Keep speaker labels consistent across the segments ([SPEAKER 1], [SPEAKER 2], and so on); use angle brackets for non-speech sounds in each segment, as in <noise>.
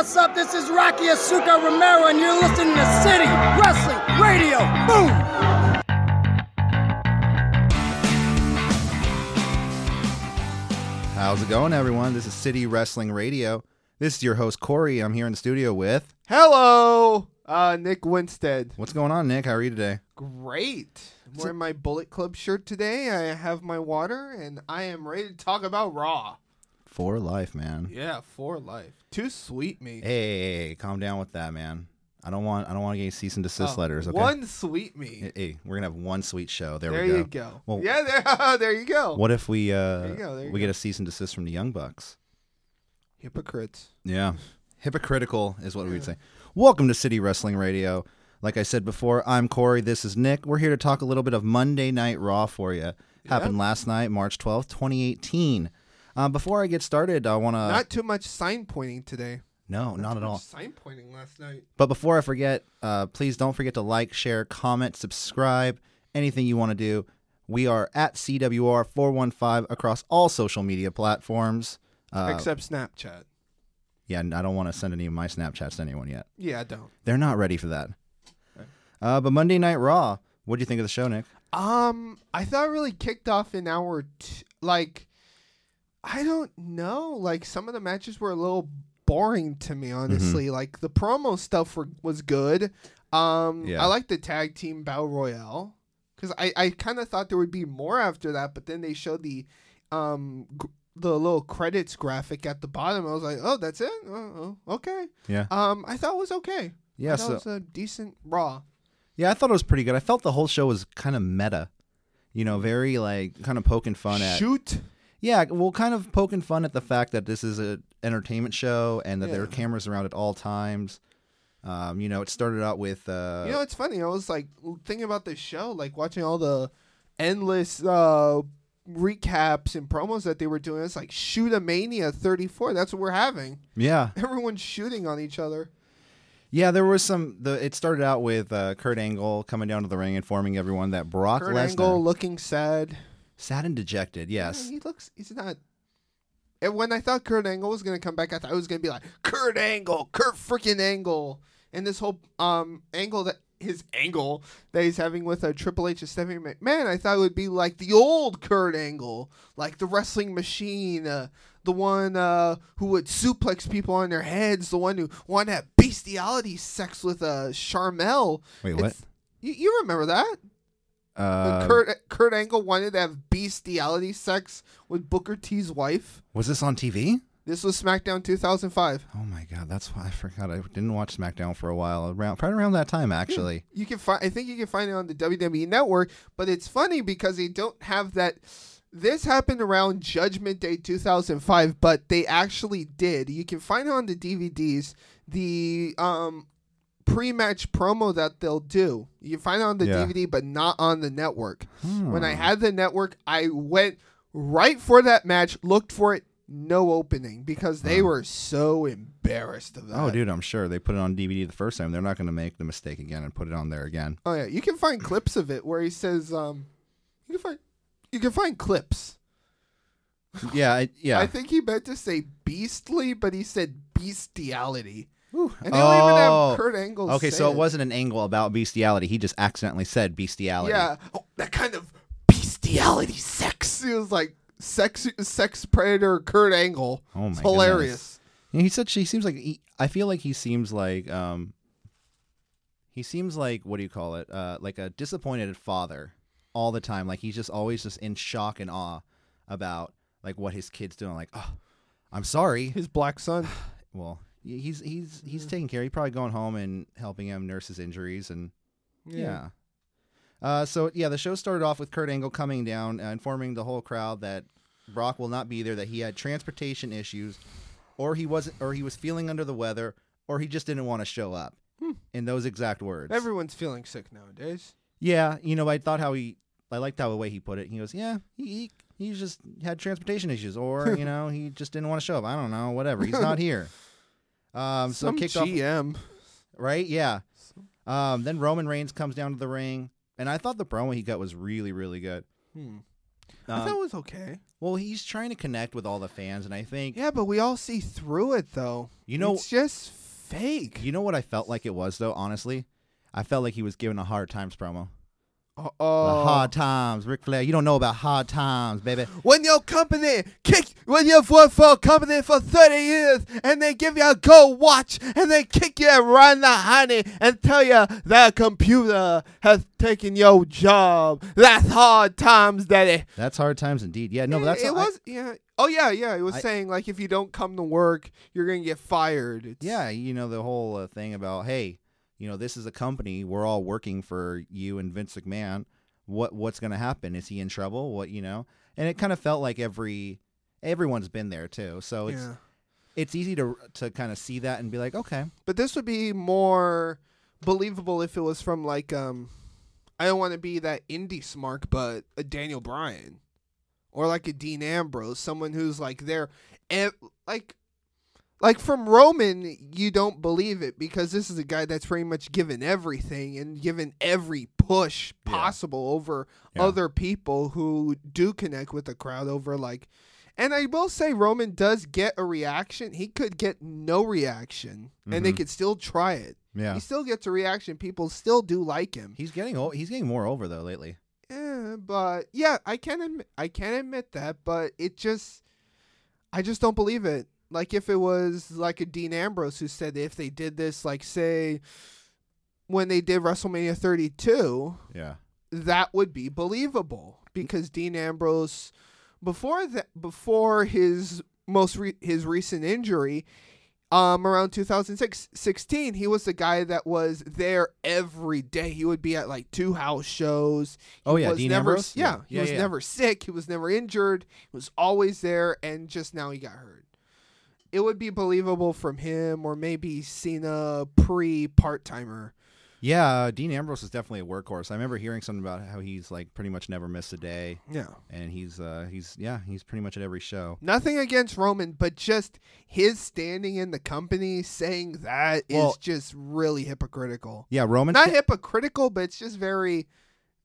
[SPEAKER 1] What's up? This is Rocky Asuka Romero, and you're listening to City Wrestling Radio. Boom!
[SPEAKER 2] How's it going, everyone? This is City Wrestling Radio. This is your host, Corey. I'm here in the studio with.
[SPEAKER 3] Hello, uh, Nick Winstead.
[SPEAKER 2] What's going on, Nick? How are you today?
[SPEAKER 3] Great. I'm wearing my Bullet Club shirt today. I have my water, and I am ready to talk about Raw.
[SPEAKER 2] For life, man.
[SPEAKER 3] Yeah, for life. Too sweet, me.
[SPEAKER 2] Hey, calm down with that, man. I don't want I don't want to get any cease and desist
[SPEAKER 3] Oh,
[SPEAKER 2] letters. Okay.
[SPEAKER 3] One sweet me.
[SPEAKER 2] Hey, Hey, we're gonna have one sweet show. There,
[SPEAKER 3] there
[SPEAKER 2] we go.
[SPEAKER 3] you go.
[SPEAKER 2] Well-
[SPEAKER 3] yeah, there, <laughs> there you go.
[SPEAKER 2] What if we uh
[SPEAKER 3] There you go, there you
[SPEAKER 2] we
[SPEAKER 3] go.
[SPEAKER 2] get a cease and desist from the Young Bucks?
[SPEAKER 3] Hypocrites.
[SPEAKER 2] Yeah. Hypocritical is what we would say. Welcome to City Wrestling Radio. Like I said before, I'm Corey. This is Nick. We're here to talk a little bit of Monday Night Raw for you. Happened last night, March 12th, 2018. Uh, before I get started, I want to.
[SPEAKER 3] Not too much sign pointing today.
[SPEAKER 2] no, not at all.
[SPEAKER 3] Sign pointing last night.
[SPEAKER 2] But before I forget, uh, please don't forget to like, share, comment, subscribe, anything you want to do. We are at CWR415 across all social media platforms. Uh,
[SPEAKER 3] Except Snapchat.
[SPEAKER 2] yeah, and I don't want to send any of my Snapchats to anyone yet.
[SPEAKER 3] Yeah, don't.
[SPEAKER 2] They're not ready for that. Uh, but Monday Night Raw, what do you think of the show, Nick?
[SPEAKER 3] Um, I thought it really kicked off in hour two. Like, I don't know. Like, some of the matches were a little boring to me,
[SPEAKER 2] Mm-hmm.
[SPEAKER 3] honestly. Like, the promo stuff were, was good. Um,
[SPEAKER 2] Yeah.
[SPEAKER 3] I like the tag team battle royale because I, I kind of thought there would be more after that, but then they showed the, um, gr- the little credits graphic at the bottom. I was like, oh, that's it. Oh, oh, okay.
[SPEAKER 2] Yeah.
[SPEAKER 3] Um, I thought it was okay.
[SPEAKER 2] Uh, Yeah,
[SPEAKER 3] I thought
[SPEAKER 2] so-
[SPEAKER 3] it was a decent Raw.
[SPEAKER 2] Yeah, I thought it was pretty good. I felt the whole show was kind of meta. You know, very like kind of poking fun at.
[SPEAKER 3] Shoot.
[SPEAKER 2] Yeah, well, kind of poking fun at the fact that this is an entertainment show and that there are
[SPEAKER 3] Yeah.
[SPEAKER 2] cameras around at all times. Um, you know, it started out with uh,
[SPEAKER 3] You know, it's funny. I was like thinking about this show, like watching all the endless uh, recaps and promos that they were doing. It's like Shootamania 34. That's what we're having. <laughs>
[SPEAKER 2] yeah,
[SPEAKER 3] Everyone's shooting on each other.
[SPEAKER 2] yeah. There was some. The it started out with uh, Kurt Angle coming down to the ring, informing everyone that Brock
[SPEAKER 3] Kurt
[SPEAKER 2] Lesnar,
[SPEAKER 3] Angle looking sad.
[SPEAKER 2] sad and dejected. Yes,
[SPEAKER 3] He looks. He's not. And when I thought Kurt Angle was gonna come back, I thought it was gonna be like Kurt Angle, Kurt freaking Angle, and this whole um angle that his angle that he's having with a Triple H is Stephanie McMahon. I thought it would be like the old Kurt Angle, like the wrestling machine, uh, the one uh, who would suplex people on their heads, the one who wanted to have bestiality sex with uh, Charmel.
[SPEAKER 2] Wait, what?
[SPEAKER 3] It's- You, you remember that? When
[SPEAKER 2] Uh,
[SPEAKER 3] Kurt Kurt Angle wanted to have bestiality sex with Booker T's wife.
[SPEAKER 2] was this on TV?
[SPEAKER 3] This was SmackDown 2005.
[SPEAKER 2] Oh my god, that's why I forgot. I didn't watch SmackDown for a while. Around right around that time, actually.
[SPEAKER 3] You can find. I think you can find it on the WWE Network. But it's funny because they don't have that. This happened around Judgment Day 2005, but they actually did. You can find it on the DVDs. The um, pre-match promo that they'll do. You can find it on the
[SPEAKER 2] Yeah.
[SPEAKER 3] DVD, but not on the network. When I
[SPEAKER 2] Hmm.
[SPEAKER 3] had the network, I went right for that match, looked for it, no opening because they were so embarrassed of that.
[SPEAKER 2] Oh, dude, I'm sure they put it on DVD the first time. They're not going to make the mistake again and put it on there again.
[SPEAKER 3] <laughs> Oh yeah, you can find clips of it where he says, um, you can find, you can find clips.
[SPEAKER 2] Yeah, I, yeah.
[SPEAKER 3] I think he meant to say beastly, but he said bestiality,
[SPEAKER 2] Whew.
[SPEAKER 3] and they don't even
[SPEAKER 2] Oh.
[SPEAKER 3] have Kurt Angle.
[SPEAKER 2] Okay,
[SPEAKER 3] say
[SPEAKER 2] so it wasn't an angle about bestiality. He just accidentally said bestiality.
[SPEAKER 3] Yeah, oh, that kind of bestiality sex. It was like sex, sex predator Kurt Angle.
[SPEAKER 2] Oh,
[SPEAKER 3] it's
[SPEAKER 2] my
[SPEAKER 3] hilarious.
[SPEAKER 2] And he said she seems like he, I feel like he seems like um he seems like what do you call it? Uh like a disappointed father all the time. Like he's just always just in shock and awe about like what his kid's doing like, "Oh, I'm
[SPEAKER 3] <laughs>
[SPEAKER 2] sorry."
[SPEAKER 3] His black <sighs> son.
[SPEAKER 2] Well, y- he's he's he's taking care. He's probably going home and helping him nurse his injuries and yeah. Uh, so yeah, the show started off with Kurt Angle coming down, uh, informing the whole crowd that Brock will not be there, that he had transportation issues, or he wasn't, or he was feeling under the weather, or he just didn't want to show up. In those exact words.
[SPEAKER 3] Everyone's feeling sick nowadays.
[SPEAKER 2] yeah, you know, I thought how he, I liked how the way he put it. He goes, yeah, he he, he just had transportation issues, or you know, he just didn't want to show up. I don't know, whatever. He's not here. Um, so
[SPEAKER 3] Some
[SPEAKER 2] kicked off
[SPEAKER 3] GM.
[SPEAKER 2] right? Yeah. Um, then Roman Reigns comes down to the ring, and I thought the promo he got was really, really good.
[SPEAKER 3] Hmm. I
[SPEAKER 2] Um,
[SPEAKER 3] thought it was okay.
[SPEAKER 2] well, he's trying to connect with all the fans, and I think
[SPEAKER 3] Yeah, but we all see through it though.
[SPEAKER 2] You know-
[SPEAKER 3] it's just fake.
[SPEAKER 2] you know what I felt like it was though. Honestly, I felt like he was giving a hard times promo.
[SPEAKER 3] oh,
[SPEAKER 2] The hard times, Ric Flair. You don't know about hard times, baby.
[SPEAKER 3] when your company kick when you've worked for a company for 30 years and they give you a gold watch and they kick you around the honey and tell you that computer has taken your job that's hard times daddy
[SPEAKER 2] That's hard times indeed. Yeah, no, but that's
[SPEAKER 3] it,
[SPEAKER 2] I-
[SPEAKER 3] was yeah oh yeah yeah it was
[SPEAKER 2] I-
[SPEAKER 3] saying like if you don't come to work you're gonna get fired It's-
[SPEAKER 2] yeah, you know the whole uh, thing about hey, you know this is a company we're all working for you and Vince McMahon. What what's going to happen? Is he in trouble? What you know? And it kind of felt like every everyone's been there too. So it's
[SPEAKER 3] yeah
[SPEAKER 2] it's easy to to kind of see that and be like, okay,
[SPEAKER 3] but this would be more believable if it was from like um I don't want to be that indie smark, but a Daniel Bryan or like a Dean Ambrose, someone who's like there and like like from Roman, you don't believe it because this is a guy that's pretty much given everything and given every push
[SPEAKER 2] Yeah.
[SPEAKER 3] possible over
[SPEAKER 2] Yeah.
[SPEAKER 3] other people who do connect with the crowd over like and I will say Roman does get a reaction. He could get no reaction and they
[SPEAKER 2] Mhm.
[SPEAKER 3] could still try it.
[SPEAKER 2] yeah,
[SPEAKER 3] He still gets a reaction. People still do like him.
[SPEAKER 2] he's getting o- he's getting more over though lately.
[SPEAKER 3] Eh, but yeah, I can admit, I can admit that, but it just I just don't believe it. Like if it was like a Dean Ambrose who said if they did this, like say when they did WrestleMania 32,
[SPEAKER 2] Yeah,
[SPEAKER 3] that would be believable because Dean Ambrose before that before his most re- his recent injury um around 2016 he was the guy that was there every day he would be at like two house shows he
[SPEAKER 2] Oh, yeah,
[SPEAKER 3] was
[SPEAKER 2] Dean
[SPEAKER 3] never
[SPEAKER 2] Ambrose?
[SPEAKER 3] yeah,
[SPEAKER 2] Yeah.
[SPEAKER 3] he
[SPEAKER 2] Yeah,
[SPEAKER 3] was
[SPEAKER 2] yeah.
[SPEAKER 3] never sick he was never injured he was always there and just now he got hurt it would be believable from him or maybe Cena pre part-timer
[SPEAKER 2] yeah. uh, Dean Ambrose is definitely a workhorse. I remember hearing something about how he's like pretty much never missed a day,
[SPEAKER 3] yeah
[SPEAKER 2] and he's uh he's yeah he's pretty much at every show.
[SPEAKER 3] Nothing against Roman, but just his standing in the company saying that is
[SPEAKER 2] Well-
[SPEAKER 3] just really hypocritical.
[SPEAKER 2] Yeah, Roman.
[SPEAKER 3] Not hypocritical, but it's just very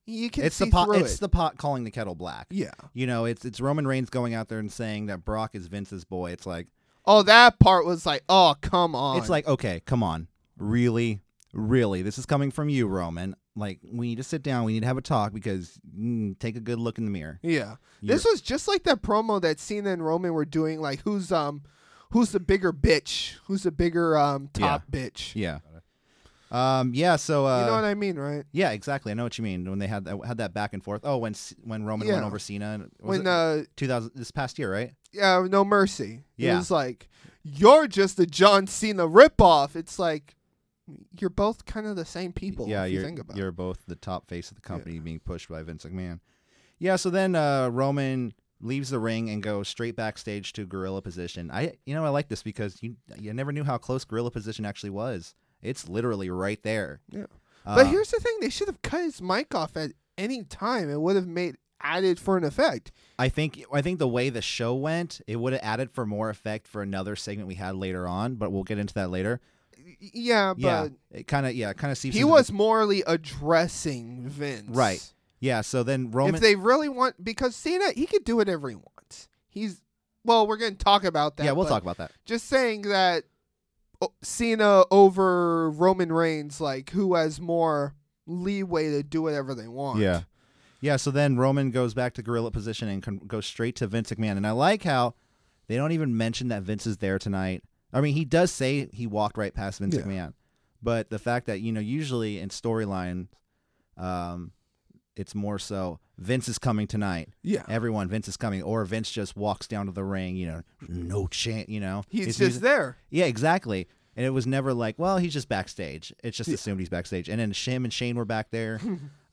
[SPEAKER 3] you can
[SPEAKER 2] it's
[SPEAKER 3] see
[SPEAKER 2] the pot.
[SPEAKER 3] through
[SPEAKER 2] It's
[SPEAKER 3] it.
[SPEAKER 2] the pot calling the kettle black.
[SPEAKER 3] yeah.
[SPEAKER 2] You know, it's it's Roman Reigns going out there and saying that Brock is Vince's boy. It's like
[SPEAKER 3] Oh, that part was like, oh come on.
[SPEAKER 2] it's like okay, come on, really, really, this is coming from you, Roman. Like we need to sit down, we need to have a talk because mm, take a good look in the mirror.
[SPEAKER 3] yeah.
[SPEAKER 2] You're-
[SPEAKER 3] This was just like that promo that Cena and Roman were doing, like who's um, who's the bigger bitch? Who's the bigger um top bitch?
[SPEAKER 2] yeah, um, yeah. So uh,
[SPEAKER 3] you know what I mean, right?
[SPEAKER 2] yeah, exactly. I know what you mean when they had that, had that back and forth. Oh, when C- when Roman went
[SPEAKER 3] Yeah.
[SPEAKER 2] over Cena and- was
[SPEAKER 3] When
[SPEAKER 2] it
[SPEAKER 3] uh,
[SPEAKER 2] 2000 this past year, right?
[SPEAKER 3] yeah, no mercy. It
[SPEAKER 2] Yeah.
[SPEAKER 3] was like, you're just a John Cena ripoff. It's like, you're both kind of the same people.
[SPEAKER 2] Yeah,
[SPEAKER 3] if
[SPEAKER 2] you're
[SPEAKER 3] you think about
[SPEAKER 2] you're both the top face of the company being pushed by Vince McMahon. Yeah, so then uh, Roman leaves the ring and goes straight backstage to gorilla position. I you know I like this because you you never knew how close gorilla position actually was. It's literally right there.
[SPEAKER 3] Yeah.
[SPEAKER 2] Uh,
[SPEAKER 3] But here's the thing: they should have cut his mic off at any time. It would have made added for an effect.
[SPEAKER 2] I think I think the way the show went, it would have added for more effect for another segment we had later on, but we'll get into that later.
[SPEAKER 3] Y- Yeah, but
[SPEAKER 2] yeah, it kind of yeah kind of seeps.
[SPEAKER 3] he
[SPEAKER 2] into the-
[SPEAKER 3] was morally addressing Vince.
[SPEAKER 2] Right. yeah. So then Roman
[SPEAKER 3] If they really want, because Cena, he could do whatever he wants. He's well, we're going to talk about that.
[SPEAKER 2] yeah we'll
[SPEAKER 3] but
[SPEAKER 2] talk about that.
[SPEAKER 3] just saying that o- Cena over Roman Reigns, like who has more leeway to do whatever they want.
[SPEAKER 2] Yeah. Yeah, so then Roman goes back to gorilla position and con- goes straight to Vince McMahon. And I like how they don't even mention that Vince is there tonight. I mean, he does say he walked right past Vince
[SPEAKER 3] Yeah.
[SPEAKER 2] McMahon, but the fact that you know usually in storyline, um, it's more so Vince is coming tonight.
[SPEAKER 3] yeah.
[SPEAKER 2] Everyone, Vince is coming, or Vince just walks down to the ring. You know, no chance. You know,
[SPEAKER 3] He's
[SPEAKER 2] It's
[SPEAKER 3] just
[SPEAKER 2] usu- <laughs>
[SPEAKER 3] there.
[SPEAKER 2] yeah, exactly. And it was never like, well, he's just backstage. It's just assumed he's backstage. And then Shim and Shane were back there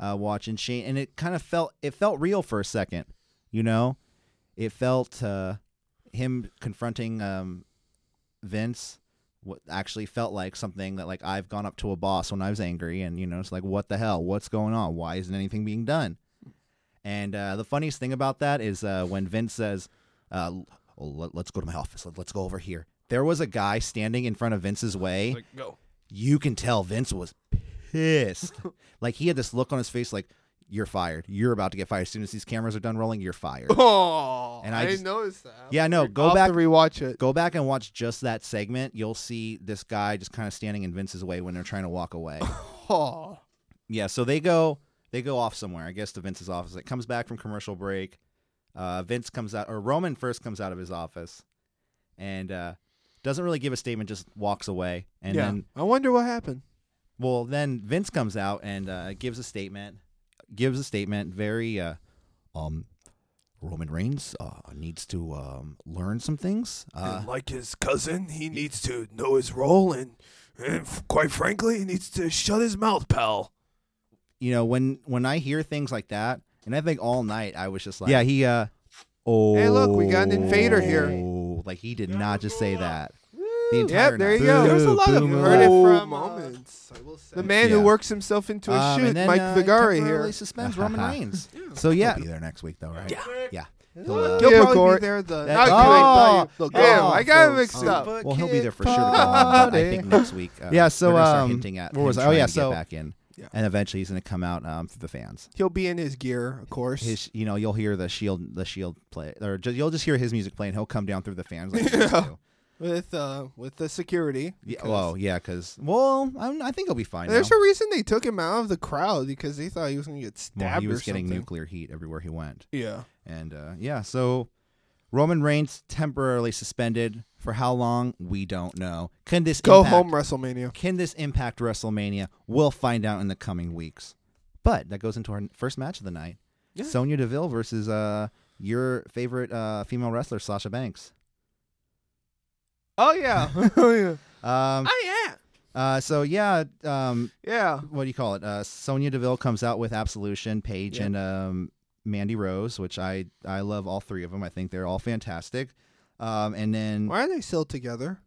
[SPEAKER 2] uh, watching Shane, and it kind of felt it felt real for a second. You know, it felt uh, him confronting um, Vince. What actually felt like something that like I've gone up to a boss when I was angry, and you know, it's like, what the hell? What's going on? Why isn't anything being done? And uh, the funniest thing about that is uh, when Vince says, uh, l- oh, let, us go to my office. Let, us go over here. There was a guy standing in front of Vince's way.
[SPEAKER 3] go.
[SPEAKER 2] You can tell Vince was pissed. like he had this look on his face, like you're fired. You're about to get fired. As soon as these cameras are done rolling, you're fired.
[SPEAKER 3] Oh,
[SPEAKER 2] And
[SPEAKER 3] and
[SPEAKER 2] I
[SPEAKER 3] I, didn't
[SPEAKER 2] just-
[SPEAKER 3] notice that.
[SPEAKER 2] Yeah, no, go
[SPEAKER 3] I'll have
[SPEAKER 2] back-
[SPEAKER 3] to rewatch
[SPEAKER 2] <sighs>
[SPEAKER 3] it.
[SPEAKER 2] Go back and watch just that segment. You'll see this guy just kind of standing in Vince's way when they're trying to walk
[SPEAKER 3] <laughs>
[SPEAKER 2] away.
[SPEAKER 3] Oh,
[SPEAKER 2] yeah, so they go they go off somewhere. I guess to Vince's office. It comes back from commercial break. Uh, Vince comes out, or Roman first comes out of his office, and uh, doesn't really give a statement. Just walks away, and
[SPEAKER 3] yeah.
[SPEAKER 2] then
[SPEAKER 3] I wonder what happened.
[SPEAKER 2] Well, then Vince comes out and uh, gives a statement. Gives a statement. Very, uh, um, Roman Reigns uh, needs to um, learn some things. Uh,
[SPEAKER 3] like his cousin, he needs to know his role, and, and quite frankly, he needs to shut his mouth, pal.
[SPEAKER 2] you know, when when I hear things like that, and I think all night I was just like, yeah, he. Uh, oh,
[SPEAKER 3] Hey, look, we got an invader here.
[SPEAKER 2] Like he did not just say that. The
[SPEAKER 3] Yep,
[SPEAKER 2] entire
[SPEAKER 3] there
[SPEAKER 2] night. Um,
[SPEAKER 3] you go.
[SPEAKER 2] Boo,
[SPEAKER 3] There's a lot of
[SPEAKER 2] boo,
[SPEAKER 3] heard it
[SPEAKER 2] boo.
[SPEAKER 3] from, uh,
[SPEAKER 4] moments. I will say.
[SPEAKER 3] The man
[SPEAKER 2] Yeah.
[SPEAKER 3] who works himself into a
[SPEAKER 2] Um,
[SPEAKER 3] shoot,
[SPEAKER 2] and then,
[SPEAKER 3] Mike
[SPEAKER 2] uh, he
[SPEAKER 3] Vigari
[SPEAKER 2] temporarily
[SPEAKER 3] here.
[SPEAKER 2] suspends <laughs> Roman Reigns. So yeah, he'll be there next week though, right? Yeah, yeah. He'll, uh,
[SPEAKER 3] He'll
[SPEAKER 4] Yeah,
[SPEAKER 3] probably
[SPEAKER 4] Gort.
[SPEAKER 3] be there the.
[SPEAKER 2] That-
[SPEAKER 3] Not
[SPEAKER 2] Oh,
[SPEAKER 3] Gort, but-
[SPEAKER 2] oh,
[SPEAKER 3] Damn, I got him
[SPEAKER 4] folks.
[SPEAKER 3] mixed up.
[SPEAKER 2] Well, he'll be there for sure. To go
[SPEAKER 3] party.
[SPEAKER 2] on, but I think next week. Uh, Yeah, so, they're gonna start um, hinting at where him was I? Oh, trying yeah, to so- get back in,
[SPEAKER 3] Yeah.
[SPEAKER 2] and eventually he's going to come out um, for the fans.
[SPEAKER 3] He'll be in his gear, of course.
[SPEAKER 2] His, you know, you'll hear the shield, the shield play, or just, you'll just hear his music playing. He'll come down through the fans. Like yeah.
[SPEAKER 3] with uh with the security.
[SPEAKER 2] yeah.
[SPEAKER 3] because-
[SPEAKER 2] Well, yeah, because well, I'm, I think he'll be fine.
[SPEAKER 3] There's
[SPEAKER 2] now.
[SPEAKER 3] a reason they took him out of the crowd because they thought he was gonna get stabbed
[SPEAKER 2] well, he was
[SPEAKER 3] or
[SPEAKER 2] getting
[SPEAKER 3] something.
[SPEAKER 2] nuclear heat everywhere he went,
[SPEAKER 3] Yeah,
[SPEAKER 2] and uh, yeah, so Roman Reigns temporarily suspended for how long we don't know. Can this
[SPEAKER 3] go
[SPEAKER 2] impact-
[SPEAKER 3] home WrestleMania.
[SPEAKER 2] Can this impact WrestleMania? We'll find out in the coming weeks. But that goes into our first match of the night:
[SPEAKER 3] Yeah.
[SPEAKER 2] Sonya Deville versus uh, your favorite uh, female wrestler, Sasha Banks.
[SPEAKER 3] Oh yeah, <laughs> oh
[SPEAKER 2] <laughs>
[SPEAKER 3] yeah.
[SPEAKER 2] Um,
[SPEAKER 3] I am.
[SPEAKER 2] uh, so yeah, um,
[SPEAKER 3] Yeah,
[SPEAKER 2] what do you call it? Uh, Sonya Deville comes out with Absolution, Paige,
[SPEAKER 3] Yeah.
[SPEAKER 2] and um, Mandy Rose, which I I love all three of them. I think they're all fantastic. Um, and then
[SPEAKER 3] why are they still together?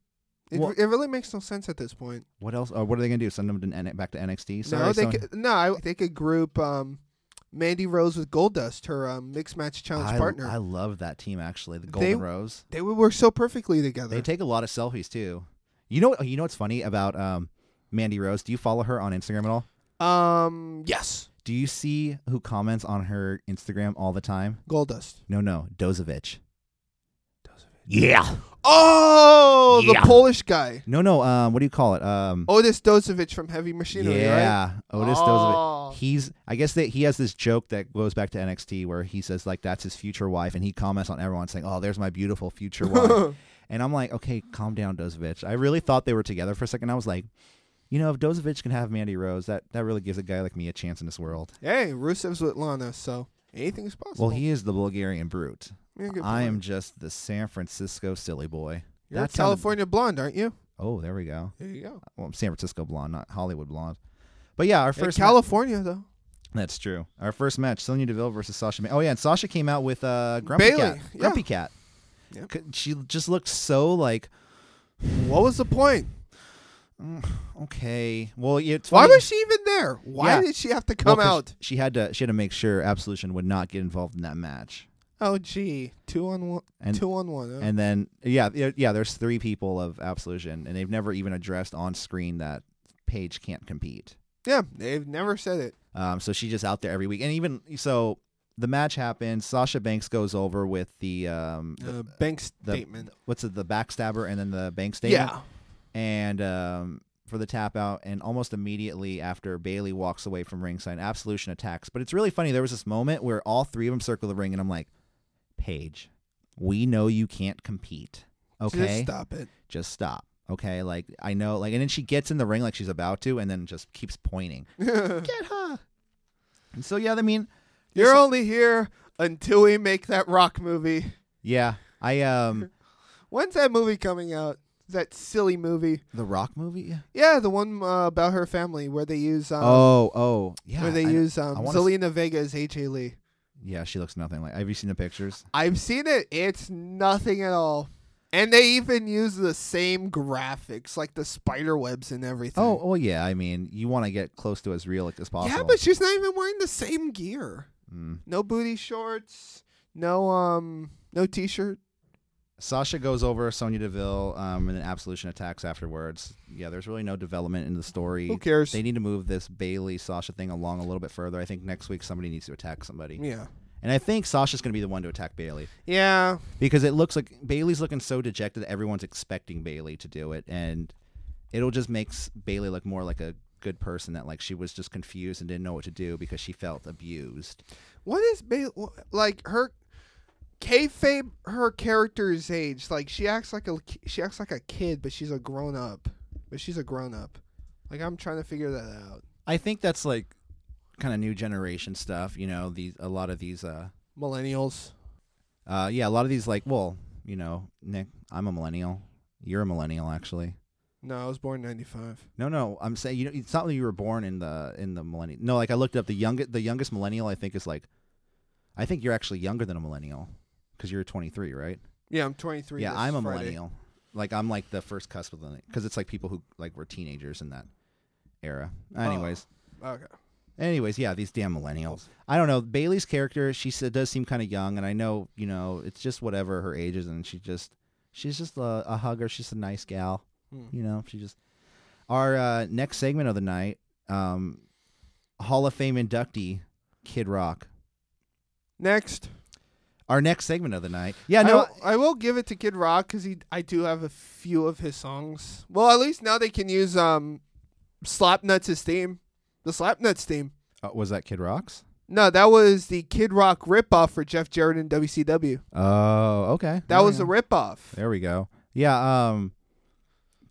[SPEAKER 3] It,
[SPEAKER 2] Well-
[SPEAKER 3] it really makes no sense at this point.
[SPEAKER 2] what else? Or what are they gonna do? Send them to N- back to NXT? Sorry,
[SPEAKER 3] no, they
[SPEAKER 2] Sonya.
[SPEAKER 3] could, no, I, they could group um, Mandy Rose with Goldust, her um, mixed match challenge
[SPEAKER 2] I,
[SPEAKER 3] partner.
[SPEAKER 2] I love that team actually, the Golden
[SPEAKER 3] They-
[SPEAKER 2] Rose.
[SPEAKER 3] they would work so perfectly together.
[SPEAKER 2] They take a lot of selfies too. You know, you know what's funny about um, Mandy Rose? Do you follow her on Instagram at all?
[SPEAKER 3] um, yes,
[SPEAKER 2] Do you see who comments on her Instagram all the time?
[SPEAKER 3] Goldust.
[SPEAKER 2] No, no, Dozovich. Yeah.
[SPEAKER 3] Oh, the
[SPEAKER 2] Yeah.
[SPEAKER 3] Polish guy,
[SPEAKER 2] No, no. Um, what do you call it? Um,
[SPEAKER 3] Otis Dozovich from Heavy Machinery. right?
[SPEAKER 2] yeah, Otis
[SPEAKER 3] Oh.
[SPEAKER 2] Dozovich. He's. I guess that he has this joke that goes back to NXT where he says like that's his future wife, and he comments on everyone saying, "Oh, there's my beautiful
[SPEAKER 3] <laughs>
[SPEAKER 2] future wife." And I'm like, okay, calm down, Dozovich. I really thought they were together for a second. I was like, you know, if Dozovich can have Mandy Rose, that, that really gives a guy like me a chance in this world.
[SPEAKER 3] Hey, Rusev's with Lana, so anything's possible.
[SPEAKER 2] Well, he is the Bulgarian brute.
[SPEAKER 3] Yeah, good
[SPEAKER 2] I
[SPEAKER 3] point.
[SPEAKER 2] am just the San Francisco silly boy.
[SPEAKER 3] You're
[SPEAKER 2] That
[SPEAKER 3] a
[SPEAKER 2] sounded-
[SPEAKER 3] California blonde, aren't you?
[SPEAKER 2] Oh, there we go.
[SPEAKER 3] There you go.
[SPEAKER 2] Well, I'm San Francisco blonde, not Hollywood blonde. But yeah, our first
[SPEAKER 3] First California though.
[SPEAKER 2] ma- that's true. Our first match: Sonya Deville versus Sasha. Ma- oh yeah, and Sasha came out with uh, Grumpy
[SPEAKER 3] Bailey,
[SPEAKER 2] Cat.
[SPEAKER 3] yeah.
[SPEAKER 2] Grumpy Cat.
[SPEAKER 3] Yep.
[SPEAKER 2] C- She just looked so like
[SPEAKER 3] What was the point?
[SPEAKER 2] okay. Well, yeah, it's
[SPEAKER 3] Why
[SPEAKER 2] funny-
[SPEAKER 3] was she even there? Why
[SPEAKER 2] Yeah.
[SPEAKER 3] did she have to come
[SPEAKER 2] Well, 'cause
[SPEAKER 3] out?
[SPEAKER 2] She had to. She had to make sure Absolution would not get involved in that match.
[SPEAKER 3] Oh, gee, two on one,
[SPEAKER 2] And-
[SPEAKER 3] two on one. huh?
[SPEAKER 2] And then, yeah, yeah, yeah, there's three people of Absolution, and they've never even addressed on screen that Paige can't compete.
[SPEAKER 3] yeah, they've never said it.
[SPEAKER 2] Um, so she's just out there every week, and even so, the match happens. Sasha Banks goes over with the um, the,
[SPEAKER 3] Uh, bank
[SPEAKER 2] the-
[SPEAKER 3] statement.
[SPEAKER 2] what's it, the backstabber, and then the bank statement,
[SPEAKER 3] yeah,
[SPEAKER 2] and um, for the tap out. And almost immediately after Bailey walks away from ringside, Absolution attacks. But it's really funny. There was this moment where all three of them circle the ring, and I'm like, Paige, we know you can't compete. Okay,
[SPEAKER 3] just stop it.
[SPEAKER 2] just stop. Okay, like I know, like, and then she gets in the ring like she's about to, and then just keeps
[SPEAKER 3] <laughs>
[SPEAKER 2] pointing. Get her. And so yeah, I mean,
[SPEAKER 3] You're only here until we make that rock movie.
[SPEAKER 2] yeah, I
[SPEAKER 3] <laughs>
[SPEAKER 2] um,
[SPEAKER 3] When's that movie coming out? That silly movie.
[SPEAKER 2] the Rock movie.
[SPEAKER 3] Yeah, the one uh, about her family where they use um,
[SPEAKER 2] oh, oh, yeah.
[SPEAKER 3] where they
[SPEAKER 2] I-
[SPEAKER 3] use um,
[SPEAKER 2] I wanna s-
[SPEAKER 3] Zelina Vega as AJ Lee.
[SPEAKER 2] Yeah, she looks nothing like. Have you seen the pictures?
[SPEAKER 3] I've seen it. It's nothing at all. And they even use the same graphics, like the spider webs and everything.
[SPEAKER 2] Oh, oh yeah. I mean, you want to get close to as real as possible.
[SPEAKER 3] yeah, but she's not even wearing the same gear.
[SPEAKER 2] Mm.
[SPEAKER 3] No booty shorts. No um, no t-shirt.
[SPEAKER 2] Sasha goes over Sonya Deville, um, and then Absolution attacks afterwards. Yeah, there's really no development in the story.
[SPEAKER 3] Who cares?
[SPEAKER 2] They need to move this Bailey Sasha thing along a little bit further. I think next week somebody needs to attack somebody,
[SPEAKER 3] yeah.
[SPEAKER 2] and I think Sasha's going to be the one to attack Bailey
[SPEAKER 3] Yeah.
[SPEAKER 2] because it looks like Bailey's looking so dejected that everyone's expecting Bailey to do it, and it'll just makes Bailey look more like a good person that like she was just confused and didn't know what to do because she felt abused.
[SPEAKER 3] What is Bailey like? Her kayfabe. Her character's age. Like she acts like a she acts like a kid, but she's a grown up. But she's a grown up. Like I'm trying to figure that out.
[SPEAKER 2] I think that's like kind of new generation stuff. You know, these a lot of these. uh
[SPEAKER 3] Millennials.
[SPEAKER 2] Uh, yeah, a lot of these like, well, you know, Nick, I'm a millennial. You're a millennial, actually.
[SPEAKER 3] No, I was born in '95.
[SPEAKER 2] No, no, I'm saying you. Know, it's not that you were born in the in the millennial. No, like I looked up the youngest the youngest millennial. I think is like, I think you're actually younger than a millennial because you're 23, right?
[SPEAKER 3] Yeah, I'm 23.
[SPEAKER 2] yeah,
[SPEAKER 3] this
[SPEAKER 2] I'm a
[SPEAKER 3] Friday.
[SPEAKER 2] millennial. Like I'm like the first cusp of the because it's like people who like were teenagers in that era.
[SPEAKER 3] Oh.
[SPEAKER 2] Anyways,
[SPEAKER 3] Okay.
[SPEAKER 2] Anyways, yeah, these damn millennials. I don't know. Bailey's character, she s- does seem kind of young, and I know, you know, it's just whatever her age is, and she just, she's just a, a hugger. She's a nice gal.
[SPEAKER 3] Hmm.
[SPEAKER 2] You know, she just. Our uh, next segment of the night, um, Hall of Fame inductee, Kid Rock.
[SPEAKER 3] Next.
[SPEAKER 2] Our next segment of the night. Yeah, no,
[SPEAKER 3] I, will, I will give it to Kid Rock because he I do have a few of his songs. Well, at least now they can use um, Slapnuts' theme, the Slapnuts theme.
[SPEAKER 2] uh, was that Kid Rock's?
[SPEAKER 3] No, that was the Kid Rock ripoff for Jeff Jarrett and WCW.
[SPEAKER 2] Oh, okay.
[SPEAKER 3] That
[SPEAKER 2] Oh,
[SPEAKER 3] was
[SPEAKER 2] yeah.
[SPEAKER 3] the ripoff.
[SPEAKER 2] There we go. Yeah, um,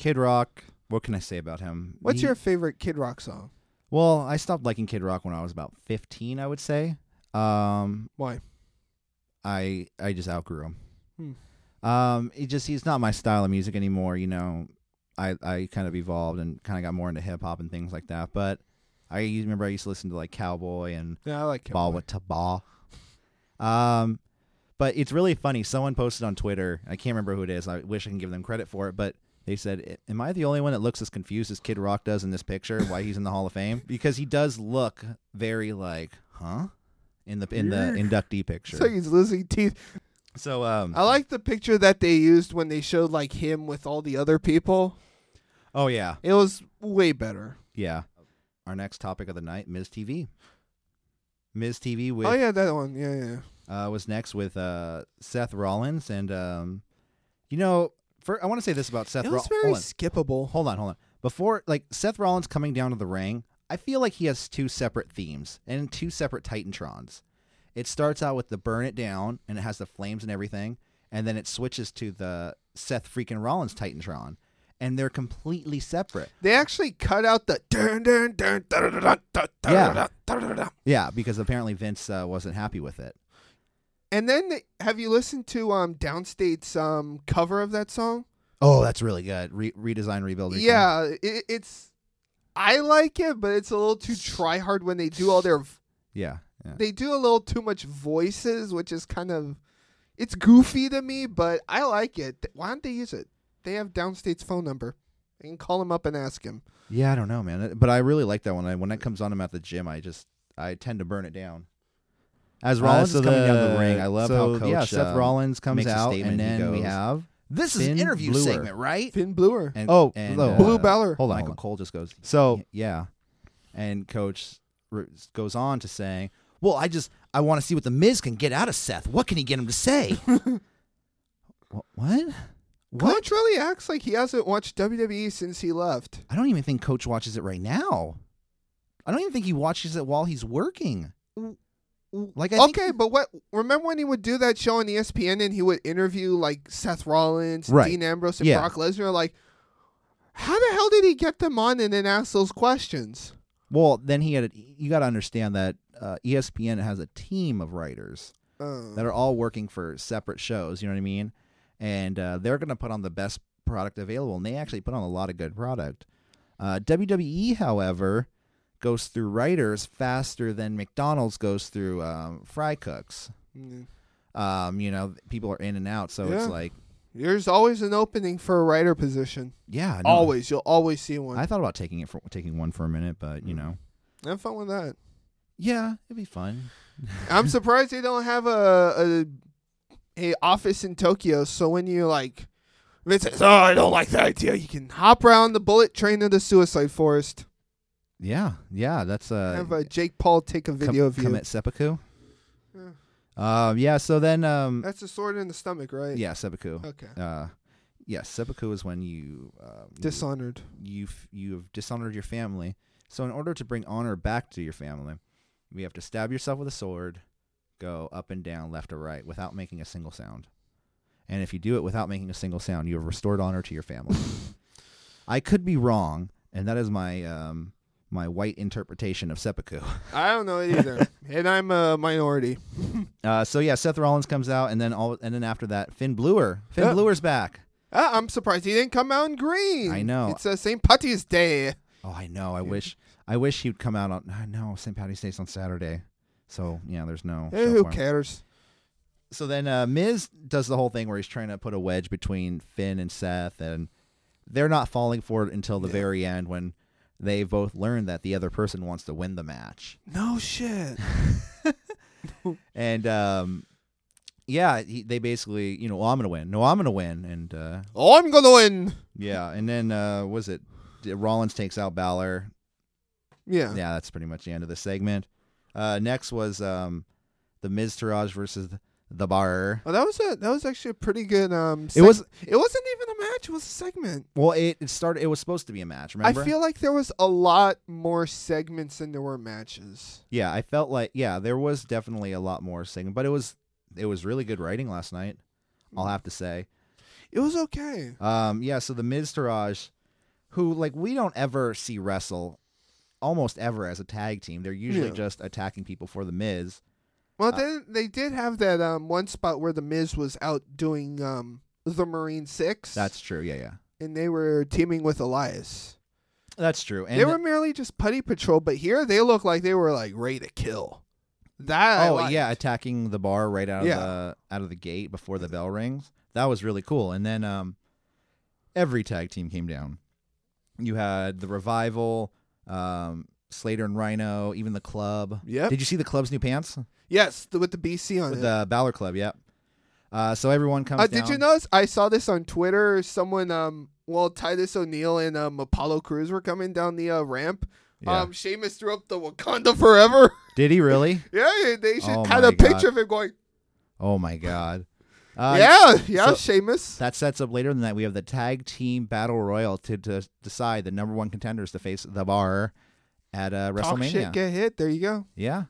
[SPEAKER 2] Kid Rock. What can I say about him?
[SPEAKER 3] What's
[SPEAKER 2] He-
[SPEAKER 3] your favorite Kid Rock song?
[SPEAKER 2] Well, I stopped liking Kid Rock when I was about 15, I would say. Um,
[SPEAKER 3] Why?
[SPEAKER 2] I I just outgrew him. Um, he just he's not my style of music anymore, you know. I I kind of evolved and kind of got more into hip hop and things like that, but I u- remember I used to listen to like Cowboy and
[SPEAKER 3] Yeah, I like Kid
[SPEAKER 2] Ball with Taba. Um, but it's really funny. Someone posted on Twitter. I can't remember who it is. I wish I can give them credit for it, but they said, "Am I the only one that looks as confused as Kid Rock does in this picture? Why he's in the Hall of Fame? Because he does look very like, huh?" In the in the inductee picture.
[SPEAKER 3] It's like he's losing teeth.
[SPEAKER 2] So um,
[SPEAKER 3] I like the picture that they used when they showed like him with all the other people.
[SPEAKER 2] oh yeah,
[SPEAKER 3] It was way better.
[SPEAKER 2] yeah. Our next topic of the night, Ms. TV. Ms. TV with
[SPEAKER 3] oh yeah, that one. Yeah, yeah.
[SPEAKER 2] uh, was next with uh, Seth Rollins, and um, you know, for, I want to say this about Seth.
[SPEAKER 3] It was
[SPEAKER 2] Roll-
[SPEAKER 3] very
[SPEAKER 2] hold on.
[SPEAKER 3] skippable.
[SPEAKER 2] hold on, hold on. Before, like Seth Rollins coming down to the ring, I feel like he has two separate themes and two separate Titantrons. It starts out with the burn it down, and it has the flames and everything, and then it switches to the Seth freaking Rollins Titantron, and they're completely separate.
[SPEAKER 3] They actually cut out the dun dun dun dun dun dun dun dun
[SPEAKER 2] Yeah.
[SPEAKER 3] dun dun dun dun.
[SPEAKER 2] Yeah, because apparently Vince uh, wasn't happy with it.
[SPEAKER 3] And then they- have you listened to um Downstate's um cover of that song?
[SPEAKER 2] Oh, that's really good. Re- redesign,
[SPEAKER 3] Oh,
[SPEAKER 2] rebuild. reclaim.
[SPEAKER 3] Yeah, it, it's I like it, but it's a little too try hard when they do all their <laughs> v-
[SPEAKER 2] yeah, yeah.
[SPEAKER 3] they do a little too much voices, which is kind of it's goofy to me, but I like it. Th- Why don't they use it? They have Downstate's phone number. They can call him up and ask him.
[SPEAKER 2] Yeah, I don't know, man. But I really like that one. I, when that comes on, I'm at the gym. I just I tend to burn it down. As Rollins
[SPEAKER 5] Uh, so
[SPEAKER 2] is coming down the
[SPEAKER 5] the-
[SPEAKER 2] ring, I love
[SPEAKER 5] so,
[SPEAKER 2] how coach,
[SPEAKER 5] yeah, Seth
[SPEAKER 2] um,
[SPEAKER 5] Rollins comes
[SPEAKER 2] makes a
[SPEAKER 5] out,
[SPEAKER 2] statement.
[SPEAKER 5] and
[SPEAKER 2] He
[SPEAKER 5] then we
[SPEAKER 2] goes,
[SPEAKER 5] have
[SPEAKER 2] "This
[SPEAKER 5] Finn Bluer."
[SPEAKER 2] right?"
[SPEAKER 3] Finn Bluer.
[SPEAKER 2] And,
[SPEAKER 5] Oh,
[SPEAKER 2] and,
[SPEAKER 5] no.
[SPEAKER 3] Blue Balor.
[SPEAKER 2] Hold on,
[SPEAKER 5] Michael
[SPEAKER 2] Michael Cole just goes.
[SPEAKER 5] so
[SPEAKER 2] yeah, and coach r- goes on to saying, "Well, I just I want to see what the Miz can get out of Seth. What can he get him to
[SPEAKER 5] <laughs>
[SPEAKER 2] say?" Wh- what? What?
[SPEAKER 3] Coach really acts like he hasn't watched WWE since he left.
[SPEAKER 2] I don't even think Coach watches it right now. I don't even think he watches it while he's working. Like I think-
[SPEAKER 3] okay, but what? Remember when he would do that show on E ESPN and he would interview like Seth Rollins,
[SPEAKER 2] Right.
[SPEAKER 3] Dean Ambrose, and
[SPEAKER 2] Yeah.
[SPEAKER 3] Brock Lesnar? Like, how the hell did he get them on and then ask those questions?
[SPEAKER 2] Well, then he had. A, you got to understand that uh, ESPN has a team of writers
[SPEAKER 3] Uh,
[SPEAKER 2] that are all working for separate shows. You know what I mean? And uh, they're going to put on the best product available, and they actually put on a lot of good product. Uh, WWE, however, goes through writers faster than McDonald's goes through um, fry cooks.
[SPEAKER 3] mm.
[SPEAKER 2] Um, you know, people are in and out, so
[SPEAKER 3] Yeah.
[SPEAKER 2] it's like,
[SPEAKER 3] there's always an opening for a writer position.
[SPEAKER 2] yeah, no,
[SPEAKER 3] Always, you'll always see one. Mm.
[SPEAKER 2] I thought about taking it for taking one for a minute, but you know,
[SPEAKER 3] Have fun with that.
[SPEAKER 2] yeah, it'd be fun.
[SPEAKER 3] I'm surprised they don't have a, a office in Tokyo. So when you like, Vince says, "Oh, I don't like that idea," you can hop around the bullet train of the Suicide Forest.
[SPEAKER 2] Yeah, yeah, that's uh,
[SPEAKER 3] Have uh, Jake Paul take a
[SPEAKER 2] com-
[SPEAKER 3] video of you.
[SPEAKER 2] commit seppuku. Um, yeah. So then, um,
[SPEAKER 3] That's Oh. a sword in the stomach, right?
[SPEAKER 2] yeah, seppuku.
[SPEAKER 3] Okay.
[SPEAKER 2] Uh, yeah, seppuku is when you uh, you-
[SPEAKER 3] Dishonored.
[SPEAKER 2] you f- you have dishonored your family. So in order to bring honor back to your family, you have to stab yourself with a sword, go up and down, left or right, without making a single sound. And if you do it without making a single sound, you have restored honor to your
[SPEAKER 3] <laughs>
[SPEAKER 2] family. I could be wrong, and that is my um, my white interpretation of seppuku.
[SPEAKER 3] I don't know it either, <laughs> and I'm a minority.
[SPEAKER 2] Uh, so yeah, Seth Rollins comes out, and then all, and then after that, Finn Bluer. Finn
[SPEAKER 3] Yeah.
[SPEAKER 2] Bluer's back.
[SPEAKER 3] Ah, I'm surprised he didn't come out in green.
[SPEAKER 2] I know.
[SPEAKER 3] It's uh, St. Patty's Day.
[SPEAKER 2] Oh, I know. I wish I wish he'd come out on. I know St. Patty's Day's on Saturday, so yeah, there's no.
[SPEAKER 3] Eh,
[SPEAKER 2] show
[SPEAKER 3] who
[SPEAKER 2] for him.
[SPEAKER 3] cares?
[SPEAKER 2] so then uh, Miz does the whole thing where he's trying to put a wedge between Finn and Seth, and they're not falling for it until the very end when they both learn that the other person wants to win the match.
[SPEAKER 3] No shit.
[SPEAKER 2] And um, yeah, he, they basically, you know, well, I'm gonna win. No, I'm gonna win. And uh,
[SPEAKER 3] Oh, I'm gonna win.
[SPEAKER 2] yeah, and then uh, was it Rollins takes out Balor?
[SPEAKER 3] Yeah.
[SPEAKER 2] yeah, that's pretty much the end of the segment. Uh, next was um, the Miz Taraj versus the Bar.
[SPEAKER 3] Oh, that was a that was actually a pretty good um.
[SPEAKER 2] It was-
[SPEAKER 3] It wasn't even a match. It was a segment.
[SPEAKER 2] Well, it, it started. It was supposed to be a match. Remember?
[SPEAKER 3] I feel like there was a lot more segments than there were matches.
[SPEAKER 2] Yeah, I felt like yeah, there was definitely a lot more singing, but it was it was really good writing last night.
[SPEAKER 3] Mm-hmm.
[SPEAKER 2] I'll have to say.
[SPEAKER 3] It was okay.
[SPEAKER 2] Um, yeah, so the Miz Taraj, who like we don't ever see wrestle, almost ever as a tag team. They're usually
[SPEAKER 3] Yeah.
[SPEAKER 2] just attacking people for the Miz.
[SPEAKER 3] Well,
[SPEAKER 2] Uh,
[SPEAKER 3] then they did have that um one spot where the Miz was out doing um the Marine Six.
[SPEAKER 2] That's true. Yeah, yeah,
[SPEAKER 3] and they were teaming with Elias.
[SPEAKER 2] that's true. And
[SPEAKER 3] they were merely just putty patrol, but here they look like they were like ready to kill. That I
[SPEAKER 2] oh
[SPEAKER 3] liked.
[SPEAKER 2] yeah, attacking the bar right out of
[SPEAKER 3] Yeah.
[SPEAKER 2] the out of the gate before the bell rings. That was really cool. And then um, every tag team came down. You had the revival, um, Slater and Rhino, even the club.
[SPEAKER 3] Yep.
[SPEAKER 2] Did you see the club's new pants?
[SPEAKER 3] yes, the, with the BC on
[SPEAKER 2] With
[SPEAKER 3] it.
[SPEAKER 2] The Balor Club. Yep. Uh, so everyone comes.
[SPEAKER 3] Uh, did you
[SPEAKER 2] down.
[SPEAKER 3] notice? I saw this on Twitter. Someone, um, well, Titus O'Neil and um, Apollo Crews were coming down the uh, ramp.
[SPEAKER 2] Yeah.
[SPEAKER 3] Um, Sheamus threw up the Wakanda forever. <laughs>
[SPEAKER 2] Did he really?
[SPEAKER 3] yeah, yeah, they should
[SPEAKER 2] Oh
[SPEAKER 3] had
[SPEAKER 2] my
[SPEAKER 3] a
[SPEAKER 2] God.
[SPEAKER 3] picture of him going.
[SPEAKER 2] Oh my god. Uh,
[SPEAKER 3] yeah, yeah,
[SPEAKER 2] so-
[SPEAKER 3] Sheamus.
[SPEAKER 2] That sets up later in the night. We have the tag team battle royal to, to decide the number one contenders to face the bar at uh,
[SPEAKER 3] Talk
[SPEAKER 2] WrestleMania.
[SPEAKER 3] shit, get hit. There you go.
[SPEAKER 2] Yeah.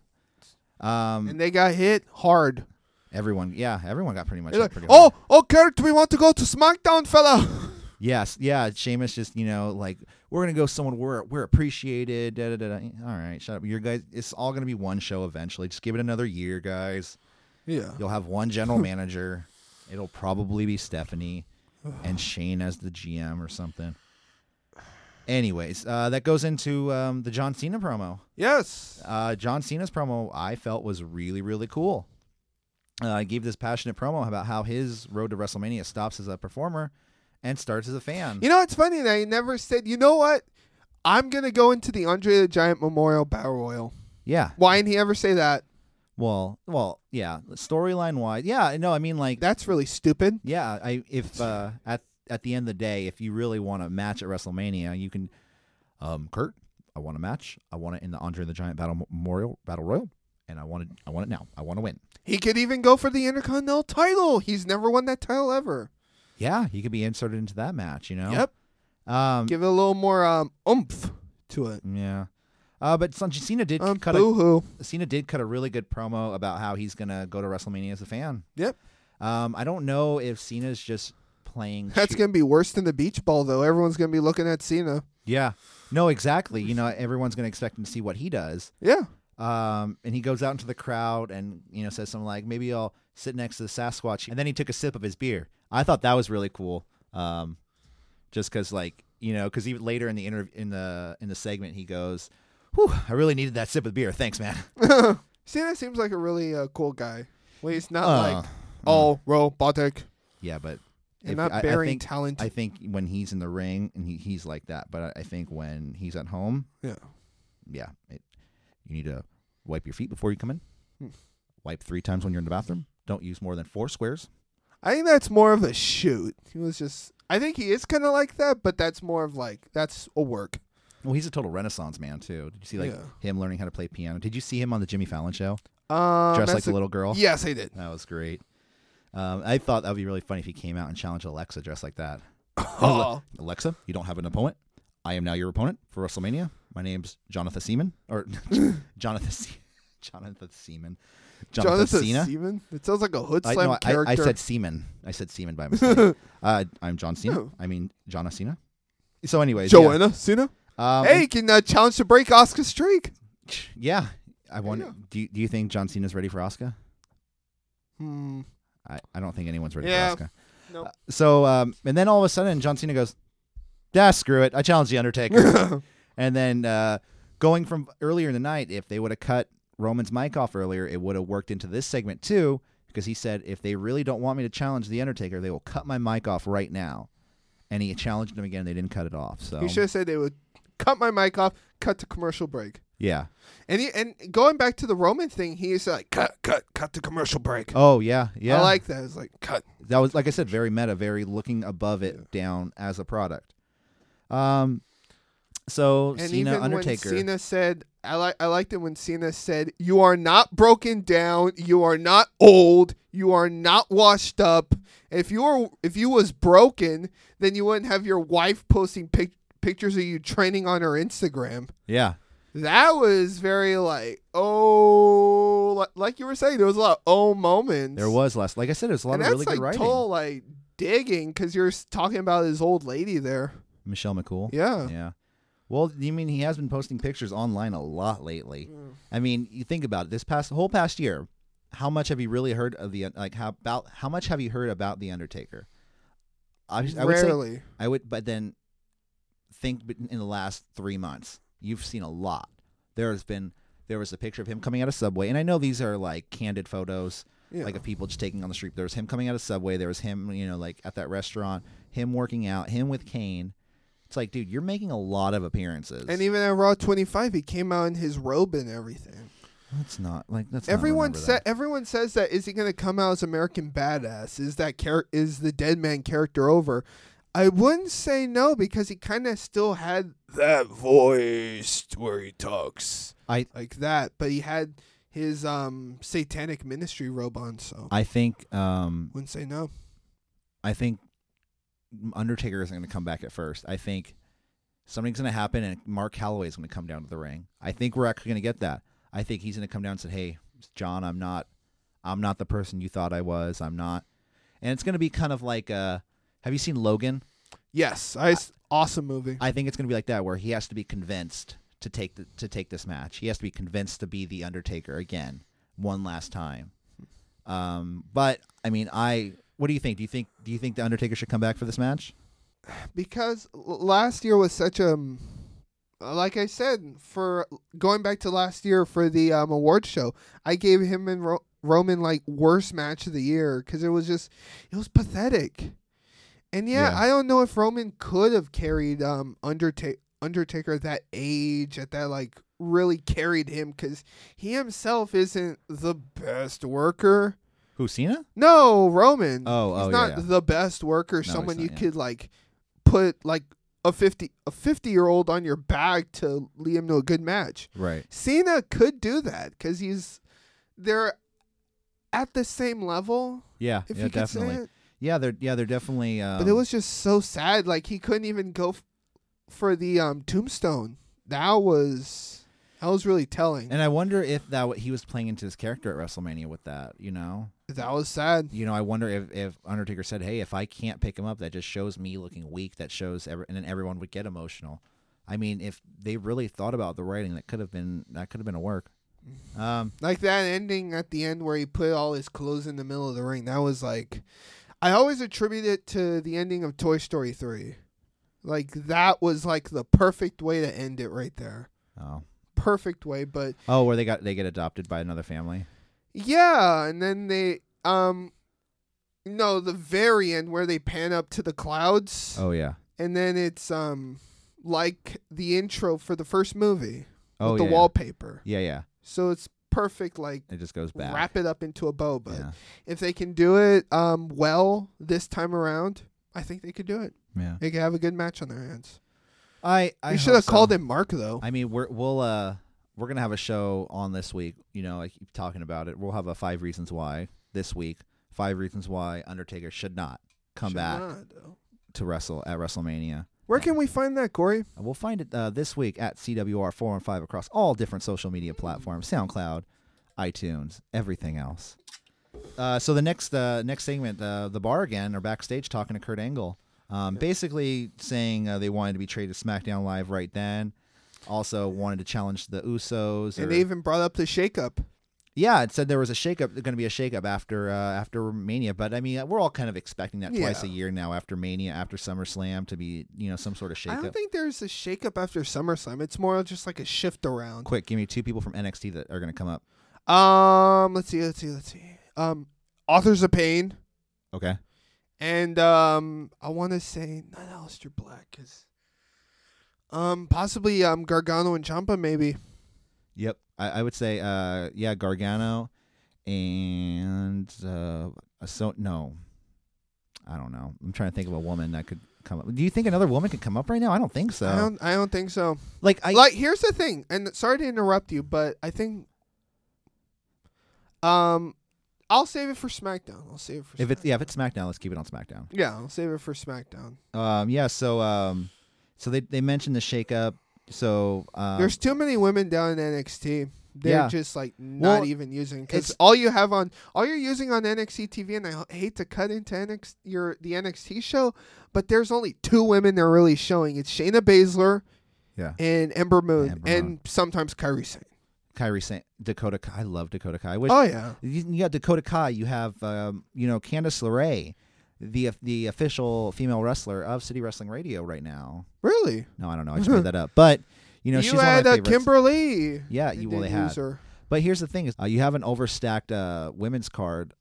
[SPEAKER 2] Um,
[SPEAKER 3] And they got hit hard.
[SPEAKER 2] everyone, yeah, everyone got pretty much.
[SPEAKER 3] They're
[SPEAKER 2] hit
[SPEAKER 3] like,
[SPEAKER 2] pretty
[SPEAKER 3] oh,
[SPEAKER 2] hard.
[SPEAKER 3] oh, Kurt, we want to go to SmackDown, fella. <laughs>
[SPEAKER 2] yes, yeah. Sheamus just, you know, like we're gonna go someone we're we're appreciated. Da, da, da, da. All right, shut up. Your guys, it's all gonna be one show eventually. Just give it another year, guys.
[SPEAKER 3] Yeah.
[SPEAKER 2] You'll have one
[SPEAKER 3] <laughs>
[SPEAKER 2] general manager. It'll probably be Stephanie and Shane as the GM or something. Anyways, uh, that goes into um, the John Cena promo.
[SPEAKER 3] Yes.
[SPEAKER 2] uh, John Cena's promo I felt was really really cool. Uh, I gave this passionate promo about how his road to WrestleMania stops as a performer and starts as a fan.
[SPEAKER 3] You know, it's funny that he never said, you know what? I'm going to go into the Andre the Giant Memorial Battle Royal.
[SPEAKER 2] yeah.
[SPEAKER 3] Why didn't he ever say that?
[SPEAKER 2] Well, well, yeah. Storyline wise, yeah. No, I mean like,
[SPEAKER 3] That's really stupid.
[SPEAKER 2] yeah. I if uh, at at the end of the day, if you really want a match at WrestleMania, you can. Um, Kurt, I want a match. I want it in the Andre the Giant Battle Memorial Battle Royal, and I want it. I want it now. I want to win.
[SPEAKER 3] He could even go for the Intercontinental title. He's never won that title ever.
[SPEAKER 2] Yeah, he could be inserted into that match. You know.
[SPEAKER 3] Yep.
[SPEAKER 2] Um,
[SPEAKER 3] Give it a little more um, oomph to it.
[SPEAKER 2] Yeah. Uh, but Sanji Cena did
[SPEAKER 3] Um,
[SPEAKER 2] cut
[SPEAKER 3] Boo hoo.
[SPEAKER 2] a Cena did cut a really good promo about how he's gonna go to WrestleMania as a fan.
[SPEAKER 3] Yep.
[SPEAKER 2] Um, I don't know if Cena's just playing.
[SPEAKER 3] That's
[SPEAKER 2] cheap-
[SPEAKER 3] going to be worse than the beach ball, though. Everyone's going to be looking at Cena.
[SPEAKER 2] Yeah. No, exactly. You know, everyone's gonna expect him to see what he does.
[SPEAKER 3] Yeah.
[SPEAKER 2] Um, and he goes out into the crowd and you know says something like, "Maybe I'll sit next to the Sasquatch." And then he took a sip of his beer. I thought that was really cool. Um, just because like you know, because even later in the interv- in the in the segment, he goes, "Whew, I really needed that sip of beer. Thanks, man."
[SPEAKER 3] Cena seems like a really uh, cool guy. Well, he's not
[SPEAKER 2] Uh,
[SPEAKER 3] like all robotic
[SPEAKER 2] Yeah, but
[SPEAKER 3] and
[SPEAKER 2] if-
[SPEAKER 3] not
[SPEAKER 2] I- I
[SPEAKER 3] bearing
[SPEAKER 2] think-
[SPEAKER 3] talent.
[SPEAKER 2] I think when he's in the ring and he, he's like that, but I, I think when he's at home,
[SPEAKER 3] yeah.
[SPEAKER 2] yeah,
[SPEAKER 3] Hmm.
[SPEAKER 2] it, you need to wipe your feet before you come in. Wipe three times when you're in the bathroom. Don't use more than four squares.
[SPEAKER 3] I think that's more of a shoot. He was just. I think he is kind of like that, but that's more of like that's a work.
[SPEAKER 2] Well, he's a total Renaissance man too. Did you see like
[SPEAKER 3] Yeah.
[SPEAKER 2] him learning how to play piano? Did you see him on the Jimmy Fallon show,
[SPEAKER 3] Um,
[SPEAKER 2] dressed like
[SPEAKER 3] that's
[SPEAKER 2] a little girl?
[SPEAKER 3] Yes, I
[SPEAKER 2] <laughs>
[SPEAKER 3] did.
[SPEAKER 2] That was great. Um, I thought that would be really funny if he came out and challenged Alexa dressed like that.
[SPEAKER 3] Oh.
[SPEAKER 2] Alexa, you don't have an opponent. I am now your opponent for WrestleMania. My name's Jonathan Seaman or <laughs> Jonathan Se- Jonathan Seaman. Jonathan,
[SPEAKER 3] Jonathan
[SPEAKER 2] Cena.
[SPEAKER 3] Seaman. It sounds like a hood
[SPEAKER 2] I,
[SPEAKER 3] slam
[SPEAKER 2] no, I- I,
[SPEAKER 3] character.
[SPEAKER 2] said Seaman. I said Seaman by
[SPEAKER 3] <laughs>
[SPEAKER 2] mistake. uh, I'm John Cena.
[SPEAKER 3] Oh.
[SPEAKER 2] I mean John Cena. So, anyways, yeah.
[SPEAKER 3] Joanna Cena.
[SPEAKER 2] Um,
[SPEAKER 3] hey, can uh, challenge to break Oscar's streak.
[SPEAKER 2] yeah. I wonder.
[SPEAKER 3] Yeah.
[SPEAKER 2] Do you, do you think John Cena's ready for Oscar?
[SPEAKER 3] <coughs> Hmm.
[SPEAKER 2] I, I don't think anyone's ready
[SPEAKER 3] Yeah.
[SPEAKER 2] for Oscar.
[SPEAKER 3] Nope.
[SPEAKER 2] So, um, and then all of a sudden, John Cena goes, "Ah, screw it! I challenge the
[SPEAKER 3] <laughs>
[SPEAKER 2] Undertaker." and then uh, going from earlier in the night, if they would have cut Roman's mic off earlier, it would have worked into this segment too, because he said, "If they really don't want me to challenge the Undertaker, they will cut my mic off right now." And he challenged him again. They didn't cut it off. So
[SPEAKER 3] You should have said they would cut my mic off, cut to commercial break.
[SPEAKER 2] yeah.
[SPEAKER 3] And he, and going back to the Roman thing, he's like, cut, cut, cut to commercial break.
[SPEAKER 2] Oh yeah, yeah.
[SPEAKER 3] I like that. It's like, cut.
[SPEAKER 2] that was like I said, very meta, very looking above it down as a product. Um, so
[SPEAKER 3] And
[SPEAKER 2] Cena
[SPEAKER 3] even
[SPEAKER 2] Undertaker.
[SPEAKER 3] when Cena said, I, li- I liked it when Cena said, You are not broken down. You are not old. You are not washed up. If you were, if you was broken, then you wouldn't have your wife posting pic- pictures of you training on her Instagram.
[SPEAKER 2] yeah,
[SPEAKER 3] That was very like, oh, li- like you were saying, there was a lot of oh moments.
[SPEAKER 2] there was last. Like I said, it was a lot
[SPEAKER 3] and
[SPEAKER 2] of
[SPEAKER 3] that's
[SPEAKER 2] really
[SPEAKER 3] like
[SPEAKER 2] good writing.
[SPEAKER 3] total like digging because you're s- talking about his old lady there.
[SPEAKER 2] Michelle McCool.
[SPEAKER 3] Yeah.
[SPEAKER 2] yeah. Well, you mean he has been posting pictures online a lot lately?
[SPEAKER 3] Mm.
[SPEAKER 2] I mean, you think about it. This past whole past year, how much have you really heard of the like how about how much have you heard about the Undertaker? I, I would say
[SPEAKER 3] Rarely.
[SPEAKER 2] I would, but then think b- in the last three months, you've seen a lot. There has been there was a picture of him coming out of subway, and I know these are like candid photos,
[SPEAKER 3] Yeah.
[SPEAKER 2] like of people just taking on the street. There was him coming out of subway. There was him, you know, like at that restaurant, him working out, him with Kane. It's like, dude, you're making a lot of appearances.
[SPEAKER 3] And e- even at Raw 25, he came out in his robe and everything.
[SPEAKER 2] that's not like that's
[SPEAKER 3] everyone
[SPEAKER 2] Not
[SPEAKER 3] said everyone says that is he going to come out as American badass? Is that char- is the dead man character over? I wouldn't say no because he kind of still had that voice where he talks
[SPEAKER 2] I
[SPEAKER 3] like that, but he had his um satanic ministry robe on, so
[SPEAKER 2] I think um
[SPEAKER 3] wouldn't say no.
[SPEAKER 2] I think Undertaker isn't going to come back at first. I think something's going to happen, and Mark Calloway is going to come down to the ring. I think we're actually going to get that. I think he's going to come down and say, "Hey, John, I'm not, I'm not the person you thought I was. I'm not." And it's going to be kind of like, uh, have you seen Logan?
[SPEAKER 3] Yes, I, awesome movie.
[SPEAKER 2] I think it's going to be like that, where he has to be convinced to take the, to take this match. He has to be convinced to be the Undertaker again, one last time. Um, but I mean, I. What do you think? Do you think do you think the Undertaker should come back for this match?
[SPEAKER 3] because l- last year was such a um, like I said for going back to last year for the um, award show, I gave him and Ro- Roman like worst match of the year because it was just it was pathetic. And yeah,
[SPEAKER 2] Yeah.
[SPEAKER 3] I don't know if Roman could have carried um Undertaker Undertaker at that age at that like really carried him because he himself isn't the best worker.
[SPEAKER 2] Who Cena?
[SPEAKER 3] No, Roman.
[SPEAKER 2] Oh,
[SPEAKER 3] he's
[SPEAKER 2] oh,
[SPEAKER 3] not
[SPEAKER 2] yeah, yeah.
[SPEAKER 3] the best worker.
[SPEAKER 2] he's
[SPEAKER 3] someone
[SPEAKER 2] not,
[SPEAKER 3] you
[SPEAKER 2] yeah.
[SPEAKER 3] could like put like a fifty a fifty year old on your back to lead him to a good match.
[SPEAKER 2] Right.
[SPEAKER 3] Cena could do that because he's they're at the same level.
[SPEAKER 2] Yeah.
[SPEAKER 3] If
[SPEAKER 2] yeah.
[SPEAKER 3] you could
[SPEAKER 2] Definitely.
[SPEAKER 3] say it,
[SPEAKER 2] Yeah. They're yeah. They're definitely. Um,
[SPEAKER 3] but it was just so sad. Like he couldn't even go f- for the um tombstone. That was that was really telling.
[SPEAKER 2] And I wonder if that what he was playing into his character at WrestleMania with that. You know.
[SPEAKER 3] that was sad.
[SPEAKER 2] You know. I wonder if if Undertaker said, "Hey, if I can't pick him up, that just shows me looking weak. That shows every, and then everyone would get emotional." I mean, if they really thought about the writing, that could have been that could have been a work. Um.
[SPEAKER 3] Like that ending at the end where he put all his clothes in the middle of the ring. That was like, I always attribute it to the ending of Toy Story 3. Like that was like the perfect way to end it right there.
[SPEAKER 2] Oh.
[SPEAKER 3] Perfect way, but
[SPEAKER 2] Oh, where they got they get adopted by another family.
[SPEAKER 3] yeah, and then they um no, the very end where they pan up to the clouds
[SPEAKER 2] Oh yeah.
[SPEAKER 3] and then it's um like the intro for the first movie
[SPEAKER 2] Oh
[SPEAKER 3] with the
[SPEAKER 2] yeah.
[SPEAKER 3] wallpaper.
[SPEAKER 2] Yeah yeah.
[SPEAKER 3] So it's perfect like
[SPEAKER 2] It just goes back.
[SPEAKER 3] wrap it up into a bow. But <laughs>
[SPEAKER 2] Yeah.
[SPEAKER 3] if they can do it um, well this time around, I think they could do it.
[SPEAKER 2] Yeah.
[SPEAKER 3] They could have a good match on their hands.
[SPEAKER 5] I, I
[SPEAKER 3] you
[SPEAKER 5] hope
[SPEAKER 3] should have
[SPEAKER 5] so.
[SPEAKER 3] called him Mark though.
[SPEAKER 2] <laughs> I mean, we're we'll uh we're gonna have a show on this week. You know, I keep talking about it. We'll have a five reasons why this week. Five reasons why Undertaker should not come
[SPEAKER 3] Should
[SPEAKER 2] back
[SPEAKER 3] not, though.
[SPEAKER 2] to wrestle at WrestleMania.
[SPEAKER 3] Where can we find that, Corey?
[SPEAKER 2] And We'll find it uh, this week at CWR four and five across all different social media platforms: SoundCloud, iTunes, everything else. Uh, so the next uh, next segment, uh, the bar again, are backstage talking to Kurt Angle, um, basically saying uh, they wanted to be traded SmackDown Live right then. Also wanted to challenge the Usos.
[SPEAKER 3] And
[SPEAKER 2] or-
[SPEAKER 3] they even brought up the shakeup.
[SPEAKER 2] yeah, it said there was a shakeup, going to be a shakeup after uh, after Mania. But I mean, we're all kind of expecting that twice a
[SPEAKER 3] Yeah.
[SPEAKER 2] year now after Mania, after SummerSlam, to be you know some sort of
[SPEAKER 3] I
[SPEAKER 2] shakeup.
[SPEAKER 3] don't think there's a shakeup after SummerSlam. It's more just like a shift around.
[SPEAKER 2] Quick, give me two people from NXT that are going to come up.
[SPEAKER 3] Um, let's see, let's see, let's see. Um, Authors of Pain,
[SPEAKER 2] Okay,
[SPEAKER 3] and um, I want to say not Aleister Black, cause um, possibly um Gargano and Champa maybe.
[SPEAKER 2] yep, I, I would say uh, yeah, Gargano and uh, so no, I don't know. I'm trying to think of a woman that could come up. Do you think another woman could come up right now? I don't think so.
[SPEAKER 3] I don't, I don't think so.
[SPEAKER 2] like I
[SPEAKER 3] like, here's the thing, and sorry to interrupt you, but I think, um, I'll save it for SmackDown. I'll save it for
[SPEAKER 2] if it's
[SPEAKER 3] Smack-
[SPEAKER 2] yeah if it's SmackDown, let's keep it on SmackDown.
[SPEAKER 3] yeah, I'll save it for SmackDown.
[SPEAKER 2] Um, yeah, so um, so they they mentioned the shakeup. So um,
[SPEAKER 3] There's too many women down in NXT. They're
[SPEAKER 2] Yeah.
[SPEAKER 3] just like not
[SPEAKER 2] Well,
[SPEAKER 3] even using because
[SPEAKER 2] it's-
[SPEAKER 3] all you have on all you're using on NXT TV, and I h- hate to cut into NXT your the NXT show, but there's only two women they're really showing. It's Shayna Baszler,
[SPEAKER 2] Yeah.
[SPEAKER 3] and Ember Moon,
[SPEAKER 2] Ember
[SPEAKER 3] and
[SPEAKER 2] Moon.
[SPEAKER 3] sometimes Kyrie Sane.
[SPEAKER 2] Kyrie Saint, Dakota Kai. I love Dakota Kai. I wish
[SPEAKER 3] Oh yeah,
[SPEAKER 2] you, you got Dakota Kai. You have um, you know Candice LeRae, the the official female wrestler of City Wrestling Radio right now.
[SPEAKER 3] really?
[SPEAKER 2] No, I don't know. I just
[SPEAKER 3] <laughs>
[SPEAKER 2] made that up. But you know
[SPEAKER 3] You,
[SPEAKER 2] she's
[SPEAKER 3] had
[SPEAKER 2] one
[SPEAKER 3] uh,
[SPEAKER 2] of my favorites.
[SPEAKER 3] Kimberly.
[SPEAKER 2] Yeah, you well they
[SPEAKER 3] didn't
[SPEAKER 2] had.
[SPEAKER 3] use her.
[SPEAKER 2] But here's the thing: is uh, you have an overstacked uh, women's card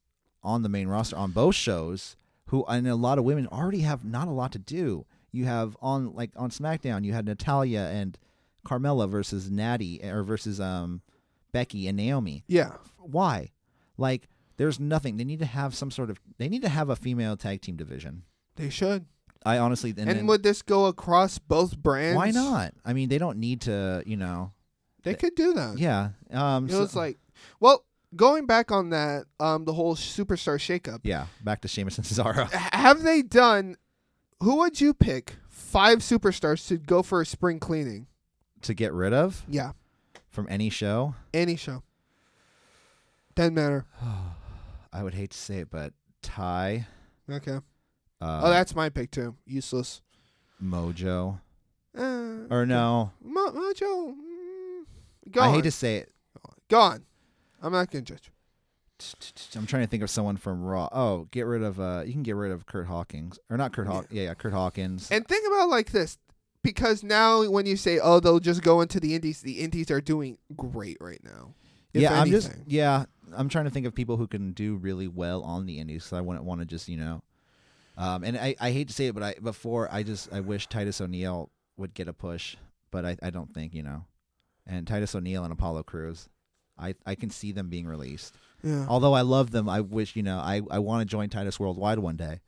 [SPEAKER 2] on the main roster on both shows. Who and a lot of women already have not a lot to do. You have on like on SmackDown, you had Natalia and Carmella versus Natty or versus um Becky and Naomi.
[SPEAKER 3] Yeah,
[SPEAKER 2] Why? Like, there's nothing. They need to have some sort of. They need to have a female tag team division.
[SPEAKER 3] they should.
[SPEAKER 2] I honestly and,
[SPEAKER 3] And,
[SPEAKER 2] then-
[SPEAKER 3] would this go across both brands?
[SPEAKER 2] why not? I mean, they don't need to. You know.
[SPEAKER 3] They could do that.
[SPEAKER 2] Yeah. Um.
[SPEAKER 3] It
[SPEAKER 2] so-
[SPEAKER 3] was like, well, going back on that, um, the whole superstar shakeup.
[SPEAKER 2] Yeah. Back to Sheamus and <laughs> Cesaro.
[SPEAKER 3] H- Have they done? Who would you pick? Five superstars to go for a spring cleaning.
[SPEAKER 2] to get rid of
[SPEAKER 3] Yeah,
[SPEAKER 2] from any show.
[SPEAKER 3] any show. Doesn't matter.
[SPEAKER 2] I would hate to say it, but Ty,
[SPEAKER 3] Okay.
[SPEAKER 2] uh,
[SPEAKER 3] oh, that's my pick too. Useless.
[SPEAKER 2] Mojo,
[SPEAKER 3] Uh,
[SPEAKER 2] or no?
[SPEAKER 3] Mo- Mojo. mm, Go
[SPEAKER 2] I
[SPEAKER 3] on.
[SPEAKER 2] hate to say it.
[SPEAKER 3] Go on. I'm not gonna judge.
[SPEAKER 2] I'm trying to think of someone from Raw. Oh, get rid of. Uh, you can get rid of Kurt Hawkins, or not Kurt Hawkins. Yeah. yeah, Kurt Hawkins.
[SPEAKER 3] And think about it like this, because now when you say, "Oh, they'll just go into the indies," the indies are doing great right now. If
[SPEAKER 2] yeah, I'm just.
[SPEAKER 3] anything.
[SPEAKER 2] Yeah, I'm trying to think of people who can do really well on the Indies. So I wouldn't want to just you know. Um, and I, I hate to say it, but I before I just I wish Titus O'Neil would get a push, but I, I don't think you know, and Titus O'Neil and Apollo Crews, I I can see them being released.
[SPEAKER 3] yeah.
[SPEAKER 2] Although I love them, I wish you know I, I want to join Titus Worldwide one day.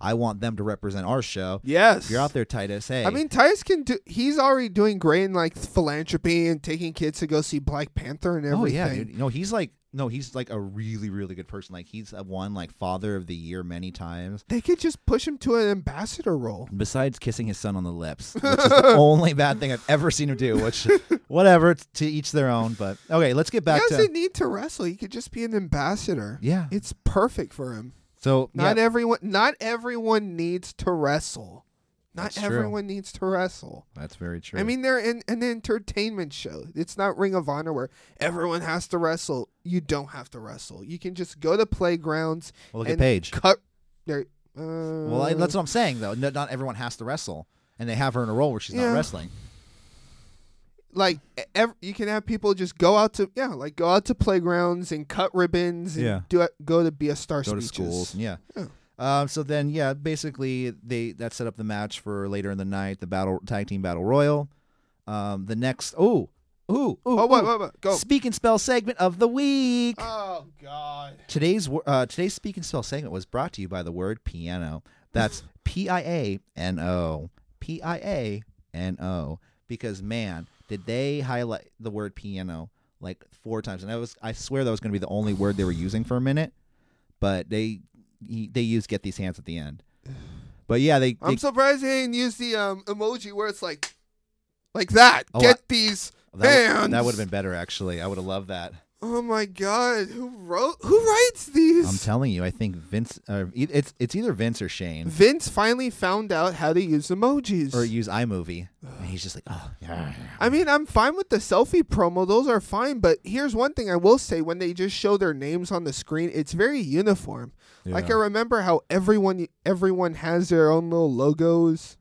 [SPEAKER 2] I want them to represent our show.
[SPEAKER 3] Yes,
[SPEAKER 2] If you're out there, Titus. Hey,
[SPEAKER 3] I mean, Tyus can do. He's already doing great in like philanthropy and taking kids to go see Black Panther and
[SPEAKER 2] oh
[SPEAKER 3] everything.
[SPEAKER 2] yeah, dude. No, he's like no, he's like a really really good person. Like he's uh, won like Father of the Year many times.
[SPEAKER 3] They could just push him to an ambassador role.
[SPEAKER 2] Besides kissing his son on the lips, which is
[SPEAKER 3] <laughs>
[SPEAKER 2] the only bad thing I've ever seen him do. Which, whatever, it's to each their own. But okay, let's get
[SPEAKER 3] He
[SPEAKER 2] back to
[SPEAKER 3] doesn't need to wrestle. He could just be an ambassador.
[SPEAKER 2] yeah.
[SPEAKER 3] It's perfect for him.
[SPEAKER 2] So
[SPEAKER 3] Not
[SPEAKER 2] yeah,
[SPEAKER 3] everyone. Not everyone needs to wrestle. Not
[SPEAKER 2] That's true.
[SPEAKER 3] everyone needs to wrestle.
[SPEAKER 2] that's very true.
[SPEAKER 3] I mean, they're in an entertainment show. It's not Ring of Honor where everyone has to wrestle. You don't have to wrestle. You can just go to playgrounds.
[SPEAKER 2] Well, look at
[SPEAKER 3] and
[SPEAKER 2] Paige.
[SPEAKER 3] Cut. There. Uh,
[SPEAKER 2] well, I, that's what I'm saying though. No, not everyone has to wrestle, and they have her in a role where she's
[SPEAKER 3] Yeah.
[SPEAKER 2] not wrestling.
[SPEAKER 3] like e- ev- you can have people just go out to yeah, like go out to playgrounds and cut ribbons and
[SPEAKER 2] Yeah.
[SPEAKER 3] do it, go to be a star.
[SPEAKER 2] go to
[SPEAKER 3] speeches.
[SPEAKER 2] schools. Yeah.
[SPEAKER 3] Yeah.
[SPEAKER 2] Um, so then, yeah, basically they that set up the match for later in the night, the battle tag team battle royal. Um, the next, oh, Ooh, ooh.
[SPEAKER 3] Oh, what,
[SPEAKER 2] ooh.
[SPEAKER 3] what, what? Go.
[SPEAKER 2] Speak and spell segment of the week.
[SPEAKER 3] Oh God.
[SPEAKER 2] Today's wo- uh, today's speak and spell segment was brought to you by the word piano. That's <laughs> P I A N O. P I A N O. Because man, did they highlight the word piano like four times? And I was I swear that was going to be the only word they were using for a minute, but they he, they used get these hands at the end. But yeah, they, they
[SPEAKER 3] I'm surprised they didn't use the um, emoji where it's like, like that.
[SPEAKER 2] Oh,
[SPEAKER 3] Get
[SPEAKER 2] I-
[SPEAKER 3] these
[SPEAKER 2] that,
[SPEAKER 3] hands.
[SPEAKER 2] would- that would have been better actually. I would have loved that.
[SPEAKER 3] Oh my God. Who wrote? Who writes these?
[SPEAKER 2] I'm telling you, I think Vince uh, e- it's it's either Vince or Shane.
[SPEAKER 3] Vince finally found out how to use emojis.
[SPEAKER 2] or use iMovie. And he's just like, oh, yeah.
[SPEAKER 3] I mean, I'm fine with the selfie promo. Those are fine, but here's one thing I will say when they just show their names on the screen, it's very uniform. Like I
[SPEAKER 2] Yeah.
[SPEAKER 3] remember how everyone everyone has their own little logos.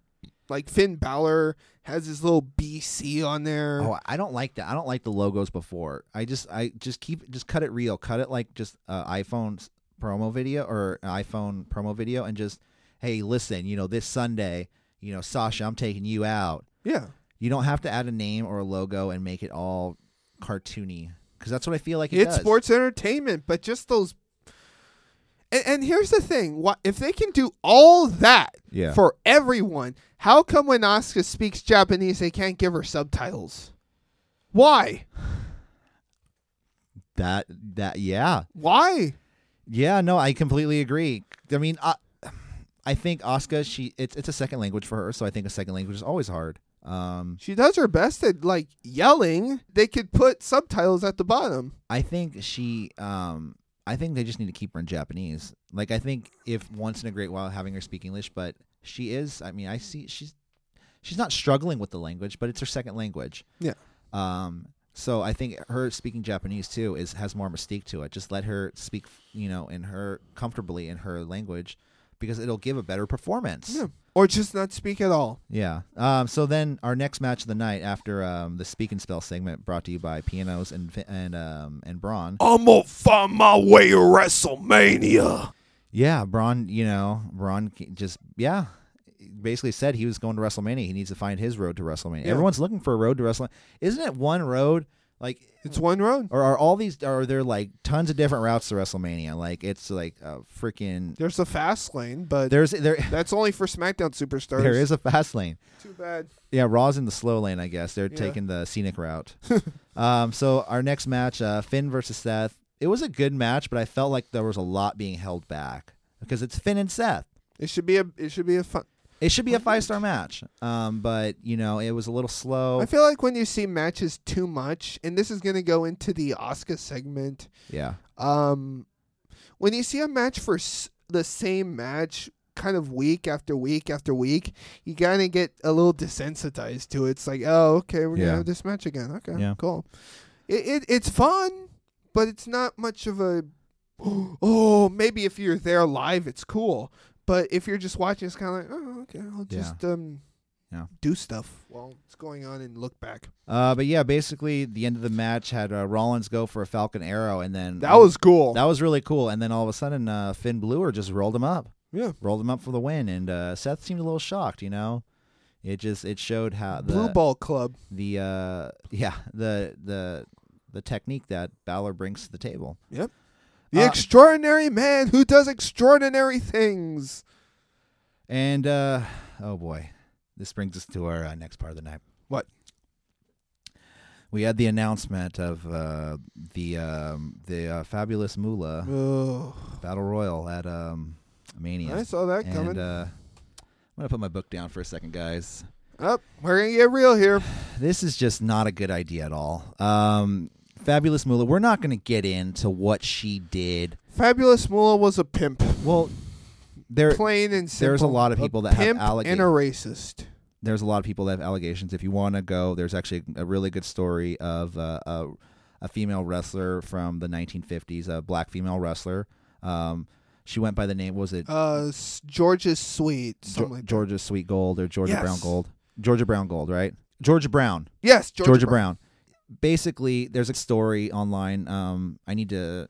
[SPEAKER 3] Like Finn Balor has his little BC on there.
[SPEAKER 2] Oh, I don't like that. I don't like the logos before. I just, I just keep, just cut it real. Cut it like just uh, iPhone's promo video or an iPhone promo video, and just, hey, listen, you know, this Sunday, you know, Sasha, I'm taking you out.
[SPEAKER 3] yeah.
[SPEAKER 2] You don't have to add a name or a logo and make it all cartoony because that's what I feel like it
[SPEAKER 3] it's
[SPEAKER 2] does.
[SPEAKER 3] sports entertainment, but just those and, and here's the thing. What if they can do all that
[SPEAKER 2] Yeah.
[SPEAKER 3] for everyone, how come when Asuka speaks Japanese they can't give her subtitles? Why?
[SPEAKER 2] That that yeah
[SPEAKER 3] Why?
[SPEAKER 2] yeah no, I completely agree. I mean, I, I think Oscar, she it's it's a second language for her, so I think a second language is always hard. Um,
[SPEAKER 3] She does her best at like yelling. They could put subtitles at the bottom.
[SPEAKER 2] I think she um I think they just need to keep her in Japanese. Like I think if once in a great while having her speak English, but she is I mean, I see she's she's not struggling with the language, but it's her second language.
[SPEAKER 3] Yeah.
[SPEAKER 2] Um so I think her speaking Japanese too is has more mystique to it. Just let her speak, you know, in her comfortably in her language because it'll give a better performance.
[SPEAKER 3] Yeah. Or just not speak at all.
[SPEAKER 2] Yeah. Um, so then our next match of the night after um, the speak and spell segment brought to you by Pianos and Vin- and um, and Braun.
[SPEAKER 3] I'm gonna find my way to WrestleMania.
[SPEAKER 2] Yeah, Braun, you know, Braun c- just, yeah, basically said he was going to WrestleMania. He needs to find his road to WrestleMania.
[SPEAKER 3] Yeah.
[SPEAKER 2] Everyone's looking for a road to WrestleMania. Isn't it one road? Like,
[SPEAKER 3] It's one road.
[SPEAKER 2] or are all these, are there like tons of different routes to WrestleMania? Like, it's like a freaking,
[SPEAKER 3] There's a fast lane, but
[SPEAKER 2] there's, there, <laughs>
[SPEAKER 3] that's only for SmackDown superstars.
[SPEAKER 2] there is a fast lane.
[SPEAKER 3] Too bad.
[SPEAKER 2] Yeah, Raw's in the slow lane, I guess. They're
[SPEAKER 3] Yeah.
[SPEAKER 2] taking the scenic
[SPEAKER 3] <laughs>
[SPEAKER 2] route. um, so our next match, uh, Finn versus Seth. It was a good match, but I felt like there was a lot being held back because it's Finn and Seth.
[SPEAKER 3] It should be a. It should be a fun.
[SPEAKER 2] It should be a five star match, um, but you know it was a little slow.
[SPEAKER 3] I feel like when you see matches too much, and this is gonna go into the Oscar segment.
[SPEAKER 2] yeah,
[SPEAKER 3] Um, when you see a match for s- the same match kind of week after week after week, you kind of get a little desensitized to it. It's like, oh, okay, we're
[SPEAKER 2] Yeah.
[SPEAKER 3] gonna have this match again. Okay,
[SPEAKER 2] Yeah.
[SPEAKER 3] cool. It, it it's fun, but it's not much of a. <gasps> Oh, maybe if you're there live, it's cool. But if you're just watching, it's kind of like, oh, okay, I'll
[SPEAKER 2] Yeah.
[SPEAKER 3] just um,
[SPEAKER 2] Yeah.
[SPEAKER 3] do stuff while it's going on and look back.
[SPEAKER 2] uh, but yeah, basically the end of the match had uh, Rollins go for a Falcon Arrow, and then
[SPEAKER 3] That was cool.
[SPEAKER 2] Mm. that was really cool. And then all of a sudden, uh, Finn Bluer just rolled him up,
[SPEAKER 3] yeah,
[SPEAKER 2] rolled him up for the win, and uh, Seth seemed a little shocked. You know, it just it showed how the
[SPEAKER 3] Blue Ball Club.
[SPEAKER 2] the uh, <laughs> yeah the the the technique that Balor brings to the table.
[SPEAKER 3] The
[SPEAKER 2] Uh,
[SPEAKER 3] extraordinary man who does extraordinary things.
[SPEAKER 2] And uh, oh boy, this brings us to our uh, next part of the night.
[SPEAKER 3] What?
[SPEAKER 2] We had the announcement of uh, the um, the uh, fabulous Moolah
[SPEAKER 3] Oh,
[SPEAKER 2] Battle Royal at um, Mania.
[SPEAKER 3] I saw that coming.
[SPEAKER 2] And uh, I'm gonna put my book down for a second, guys.
[SPEAKER 3] Up, we're gonna get real here.
[SPEAKER 2] This is just not a good idea at all. Um, fabulous Moolah. We're not gonna get into what she did.
[SPEAKER 3] Fabulous Moolah was a pimp,
[SPEAKER 2] Well, there
[SPEAKER 3] plain and simple.
[SPEAKER 2] there's a lot of people that have
[SPEAKER 3] pimp
[SPEAKER 2] alligator-
[SPEAKER 3] and a racist.
[SPEAKER 2] there's a lot of people that have allegations. If you want to go, there's actually a really good story of uh, a, a female wrestler from the 1950s, a black female wrestler. Um, she went by the name was it
[SPEAKER 3] Uh, S- George's sweet,
[SPEAKER 2] Geo-
[SPEAKER 3] something like that.
[SPEAKER 2] Georgia Sweet Gold or Georgia Brown
[SPEAKER 3] Yes.
[SPEAKER 2] Gold? Georgia Brown Gold, right? Georgia Brown.
[SPEAKER 3] Yes, Georgia,
[SPEAKER 2] Georgia,
[SPEAKER 3] Brown.
[SPEAKER 2] Brown. Basically, there's a story online. Um, I need to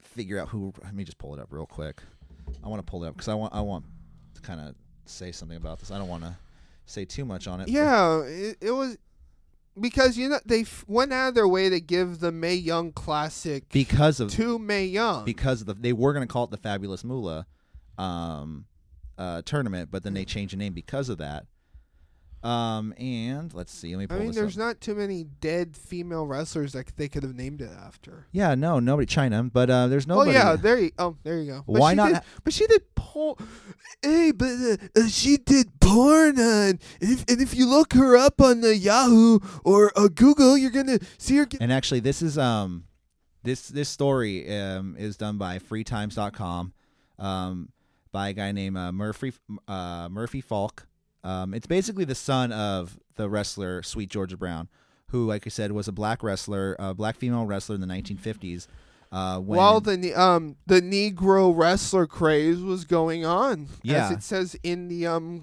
[SPEAKER 2] figure out who. Let me just pull it up real quick. I want to pull it up because I want I want to kind of say something about this. I don't want to say too much on it.
[SPEAKER 3] Yeah, it, it was. because you know they f- went out of their way to give the May Young Classic
[SPEAKER 2] because of
[SPEAKER 3] to May Young.
[SPEAKER 2] because of the they were going to call it the Fabulous Moolah um, uh, tournament, but then they changed the name because of that. Um, and let's see, let me
[SPEAKER 3] I
[SPEAKER 2] pull
[SPEAKER 3] mean,
[SPEAKER 2] this
[SPEAKER 3] there's
[SPEAKER 2] up.
[SPEAKER 3] not too many dead female wrestlers that c- they could have named it after.
[SPEAKER 2] yeah, no, nobody China, but uh, there's nobody.
[SPEAKER 3] Oh yeah, there you. Oh, there you go. But
[SPEAKER 2] Why
[SPEAKER 3] she
[SPEAKER 2] not
[SPEAKER 3] Did,
[SPEAKER 2] ha-
[SPEAKER 3] but she did porn. Hey, but uh, uh, she did porn on. And if, and if you look her up on the Yahoo or uh, Google, you're gonna see her. Get-
[SPEAKER 2] and actually, this is um, this this story um is done by FreeTimes.com, um, by a guy named uh, Murphy uh, Murphy Falk. Um, it's basically the son of the wrestler Sweet Georgia Brown, who, like I said, was a black wrestler, a black female wrestler in the 1950s. Uh, when
[SPEAKER 3] while the ne- um the Negro wrestler craze was going on,
[SPEAKER 2] Yeah.
[SPEAKER 3] as it says in the um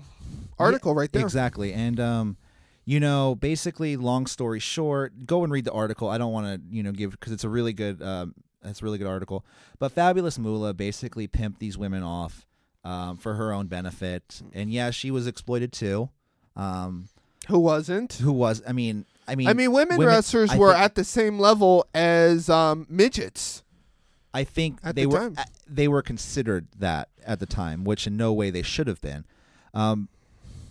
[SPEAKER 3] article right there.
[SPEAKER 2] Exactly. And um, you know, basically, long story short, go and read the article. I don't want to, you know, give because it's a really good, um, it's a really good article. But fabulous Moolah basically pimped these women off um, for her own benefit, and yeah, she was exploited too. Um,
[SPEAKER 3] Who wasn't?
[SPEAKER 2] who was? I mean, I mean,
[SPEAKER 3] I mean, women, wrestlers
[SPEAKER 2] I
[SPEAKER 3] were
[SPEAKER 2] think-
[SPEAKER 3] at the same level as um, midgets.
[SPEAKER 2] I think
[SPEAKER 3] At
[SPEAKER 2] they
[SPEAKER 3] the
[SPEAKER 2] were
[SPEAKER 3] time.
[SPEAKER 2] uh, they were considered that at the time, which in no way they should have been. Um,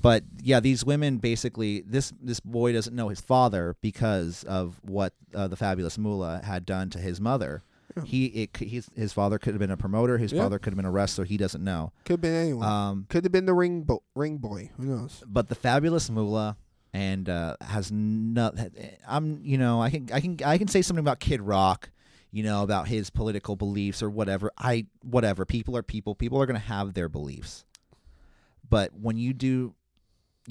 [SPEAKER 2] but yeah, these women basically this this boy doesn't know his father because of what uh, the fabulous Moolah had done to his mother. He it, c- he's, his father could have been a promoter. His
[SPEAKER 3] Yeah.
[SPEAKER 2] father could have been a wrestler. He doesn't know.
[SPEAKER 3] Could have been anyone.
[SPEAKER 2] Um,
[SPEAKER 3] Could have been the ring bo- ring boy. Who knows?
[SPEAKER 2] but the fabulous Moolah and uh, has not. I'm you know I can I can I can say something about Kid Rock, you know about his political beliefs or whatever. I whatever people are people. People are gonna have their beliefs, but when you do,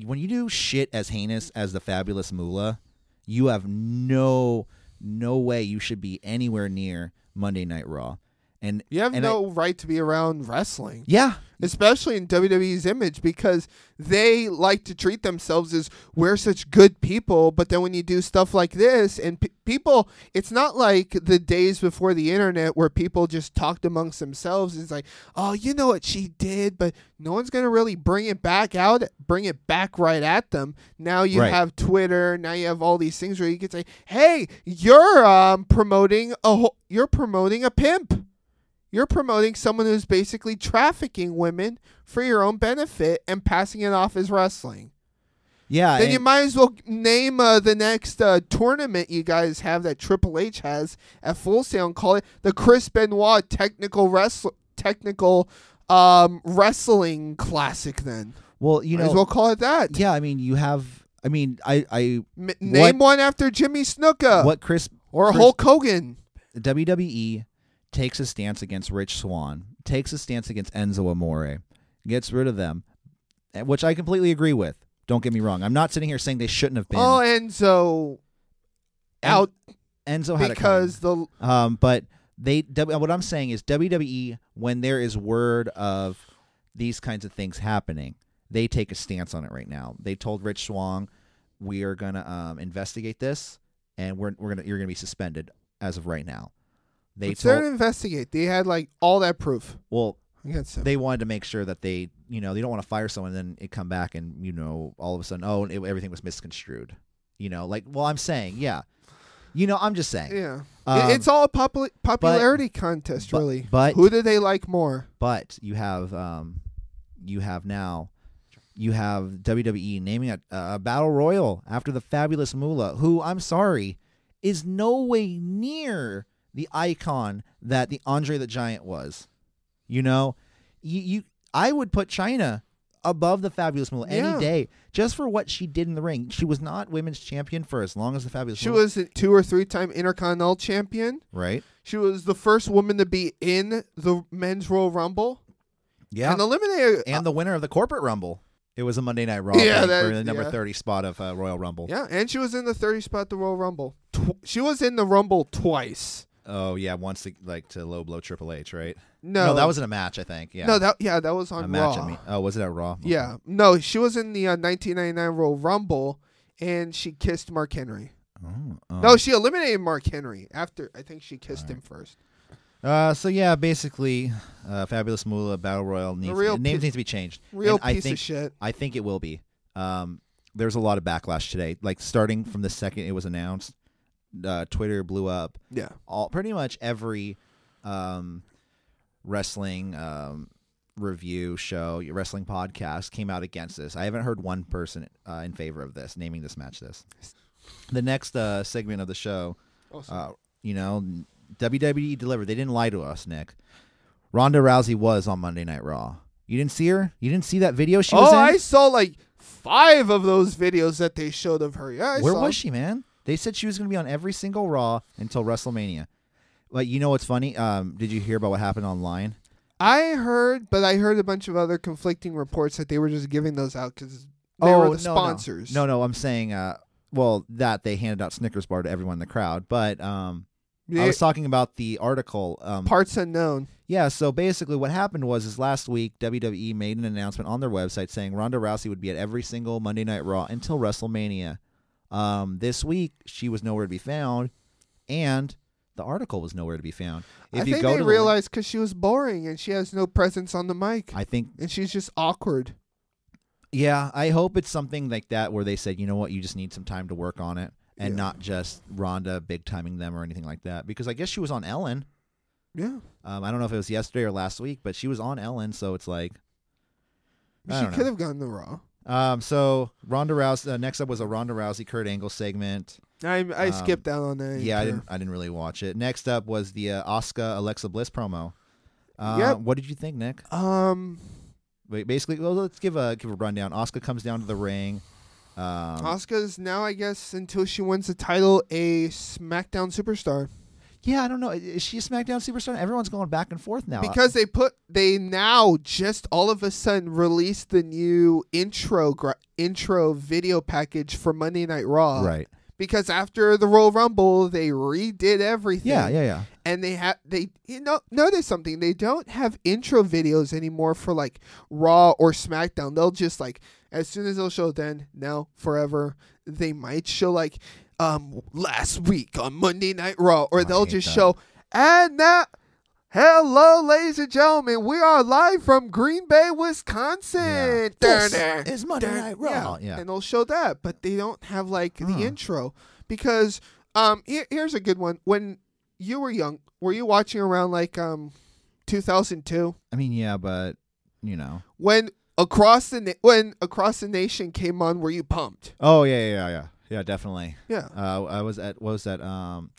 [SPEAKER 2] when you do shit as heinous as the fabulous Moolah, you have no no way you should be anywhere near Monday Night Raw, and
[SPEAKER 3] You have
[SPEAKER 2] and I-
[SPEAKER 3] no right to be around wrestling,
[SPEAKER 2] yeah
[SPEAKER 3] especially in WWE's image, because they like to treat themselves as we're such good people. But then when you do stuff like this, and pe- people, it's not like the days before the internet where people just talked amongst themselves. It's like, oh, you know what she did, but no one's gonna really bring it back out, bring it back right at them. Now you
[SPEAKER 2] Right.
[SPEAKER 3] have. have Twitter. Now you have all these things where you can say, "Hey, you're um, promoting a whole, you're promoting a pimp. You're promoting someone who's basically trafficking women for your own benefit and passing it off as wrestling."
[SPEAKER 2] yeah
[SPEAKER 3] Then
[SPEAKER 2] and-
[SPEAKER 3] you might as well name uh, the next uh, tournament you guys have that Triple H has at Full Sail and call it the Chris Benoit Technical Wrestle Technical um, Wrestling Classic. Then
[SPEAKER 2] well you
[SPEAKER 3] might as
[SPEAKER 2] know
[SPEAKER 3] well call it that.
[SPEAKER 2] yeah I mean you have. I mean, I, I
[SPEAKER 3] M- name one after Jimmy Snuka.
[SPEAKER 2] what Chris
[SPEAKER 3] Or
[SPEAKER 2] Chris-
[SPEAKER 3] Hulk Hogan.
[SPEAKER 2] WWE takes a stance against Rich Swan, takes a stance against Enzo Amore, gets rid of them, eh, which I completely agree with. Don't get me wrong. I'm not sitting here saying they shouldn't have been.
[SPEAKER 3] Oh, Enzo
[SPEAKER 2] En-
[SPEAKER 3] out
[SPEAKER 2] Enzo had
[SPEAKER 3] because the
[SPEAKER 2] it coming. um, but they. W- what I'm saying is WWE when there is word of these kinds of things happening, they take a stance on it right now. They told Rich Swan, "We are gonna um, investigate this, and we're we're gonna you're gonna be suspended as of right now." They
[SPEAKER 3] they
[SPEAKER 2] told
[SPEAKER 3] to investigate. They had like all that proof
[SPEAKER 2] well
[SPEAKER 3] against him.
[SPEAKER 2] they wanted to make sure that they you know they don't want to fire someone and then it come back and you know all of a sudden oh it, everything was misconstrued you know like well i'm saying yeah you know i'm just saying
[SPEAKER 3] yeah,
[SPEAKER 2] Um,
[SPEAKER 3] It- it's all a popul- popularity contest,
[SPEAKER 2] but-
[SPEAKER 3] really.
[SPEAKER 2] but-
[SPEAKER 3] who do they like more?
[SPEAKER 2] but you have um you have now you have wwe naming a, a battle royal after the fabulous moolah who i'm sorry is no way near the icon that the andre the giant was you know you, you i would put china above the fabulous moolah
[SPEAKER 3] Yeah.
[SPEAKER 2] any day just for what she did in the ring she was not women's champion for as long as the fabulous
[SPEAKER 3] She
[SPEAKER 2] moolah
[SPEAKER 3] was a two or three time intercontinental champion.
[SPEAKER 2] right
[SPEAKER 3] She was the first woman to be in the men's Royal Rumble
[SPEAKER 2] yeah
[SPEAKER 3] and eliminated.
[SPEAKER 2] and the winner of the corporate rumble. It was a Monday Night Raw
[SPEAKER 3] Yeah,
[SPEAKER 2] thing
[SPEAKER 3] that-
[SPEAKER 2] for the number
[SPEAKER 3] yeah.
[SPEAKER 2] thirty spot of uh, Royal Rumble.
[SPEAKER 3] yeah, and she was in the thirty spot at the Royal Rumble. Tw- she was in the Rumble twice.
[SPEAKER 2] Oh yeah, once to, like to low blow Triple H, right?
[SPEAKER 3] No,
[SPEAKER 2] that was in a match, I think. Yeah,
[SPEAKER 3] no, that yeah, that was
[SPEAKER 2] a
[SPEAKER 3] on
[SPEAKER 2] match.
[SPEAKER 3] Raw.
[SPEAKER 2] I mean, oh, was it at Raw? Okay.
[SPEAKER 3] Yeah. No, she was in the uh, 1999 Royal Rumble and she kissed Mark Henry.
[SPEAKER 2] Oh, oh.
[SPEAKER 3] No, she eliminated Mark Henry after I think she kissed him first.
[SPEAKER 2] Uh, so yeah, basically, uh, Fabulous Moolah Battle Royal needs
[SPEAKER 3] real
[SPEAKER 2] names
[SPEAKER 3] piece-
[SPEAKER 2] needs to be changed.
[SPEAKER 3] Real
[SPEAKER 2] And I
[SPEAKER 3] piece
[SPEAKER 2] think,
[SPEAKER 3] of shit.
[SPEAKER 2] I think it will be. Um, there's a lot of backlash today. Like starting from the second it was announced, uh, Twitter blew up.
[SPEAKER 3] Yeah.
[SPEAKER 2] All pretty much every um, wrestling um, review show, wrestling podcast came out against this. I haven't heard one person uh, in favor of this, naming this match this. The next uh, segment of the show,
[SPEAKER 3] Awesome.
[SPEAKER 2] uh, you know, WWE delivered. They didn't lie to us, Nick. Ronda Rousey was on Monday Night Raw. You didn't see her. You didn't see that video she was
[SPEAKER 3] oh,
[SPEAKER 2] in.
[SPEAKER 3] I saw like five of those videos that they showed of her. Yeah, I
[SPEAKER 2] Where
[SPEAKER 3] saw.
[SPEAKER 2] was she, man? They said she was going to be on every single Raw until WrestleMania. But you know what's funny? Um, did you hear about what happened online?
[SPEAKER 3] I heard, but I heard a bunch of other conflicting reports that they were just giving those out because they were the sponsors.
[SPEAKER 2] Oh, No, no, I'm saying, uh, well, that they handed out Snickers bar to everyone in the crowd. But um,
[SPEAKER 3] They-
[SPEAKER 2] I was talking about the article. Um,
[SPEAKER 3] parts unknown.
[SPEAKER 2] yeah, so basically what happened was is last week WWE made an announcement on their website saying Ronda Rousey would be at every single Monday Night Raw until WrestleMania. Um, this week she was nowhere to be found, and the article was nowhere to be found. If
[SPEAKER 3] I
[SPEAKER 2] you
[SPEAKER 3] think
[SPEAKER 2] go
[SPEAKER 3] they
[SPEAKER 2] to the link-
[SPEAKER 3] realized because she was boring and she has no presence on the mic,
[SPEAKER 2] I think
[SPEAKER 3] and she's just awkward.
[SPEAKER 2] yeah, I hope it's something like that where they said, you know what, you just need some time to work on it and
[SPEAKER 3] Yeah.
[SPEAKER 2] not just Rhonda big timing them or anything like that. Because I guess she was on Ellen.
[SPEAKER 3] Yeah,
[SPEAKER 2] Um, I don't know if it was yesterday or last week, but she was on Ellen, so it's like I
[SPEAKER 3] she
[SPEAKER 2] don't know.
[SPEAKER 3] could have gone the raw.
[SPEAKER 2] um so Ronda Rousey uh, next up was a Ronda Rousey Kurt Angle segment.
[SPEAKER 3] I I
[SPEAKER 2] Um,
[SPEAKER 3] skipped out on that.
[SPEAKER 2] yeah, I didn't I didn't really watch it. Next up was the uh, Asuka Alexa Bliss promo. Uh,
[SPEAKER 3] Yep.
[SPEAKER 2] what did you think, Nick?
[SPEAKER 3] Um,
[SPEAKER 2] Wait, basically, well, let's give a give a rundown. Asuka comes down to the ring. Um,
[SPEAKER 3] Asuka's now, I guess, until she wins the title, a SmackDown superstar
[SPEAKER 2] Yeah, I don't know. Is she a SmackDown superstar? Everyone's going back and forth now.
[SPEAKER 3] because they put they now just all of a sudden released the new intro gra- intro video package for Monday Night Raw.
[SPEAKER 2] right.
[SPEAKER 3] Because after the Royal Rumble, they redid everything.
[SPEAKER 2] Yeah, yeah, yeah.
[SPEAKER 3] and they have they you know notice something they don't have intro videos anymore for like raw or smackdown they'll just like as soon as they'll show then now forever they might show like um last week on monday night raw or
[SPEAKER 2] I
[SPEAKER 3] they'll
[SPEAKER 2] hate
[SPEAKER 3] just
[SPEAKER 2] that.
[SPEAKER 3] show and now hello ladies and gentlemen we are live from green bay
[SPEAKER 2] Yeah.
[SPEAKER 3] wisconsin
[SPEAKER 2] This
[SPEAKER 3] Dun-dun.
[SPEAKER 2] is Monday
[SPEAKER 3] Dun-
[SPEAKER 2] Night Raw. Yeah. Hmm.
[SPEAKER 3] and they'll show that, but they don't have like
[SPEAKER 2] Huh.
[SPEAKER 3] the intro because um here, here's a good one. When you were young, were you watching around like um 2002
[SPEAKER 2] I mean, yeah, but you know.
[SPEAKER 3] when across the na- when across the nation came on? Were you pumped?
[SPEAKER 2] Oh yeah, yeah, yeah, yeah. Yeah, definitely.
[SPEAKER 3] Yeah.
[SPEAKER 2] Uh, I was at what was that? Um,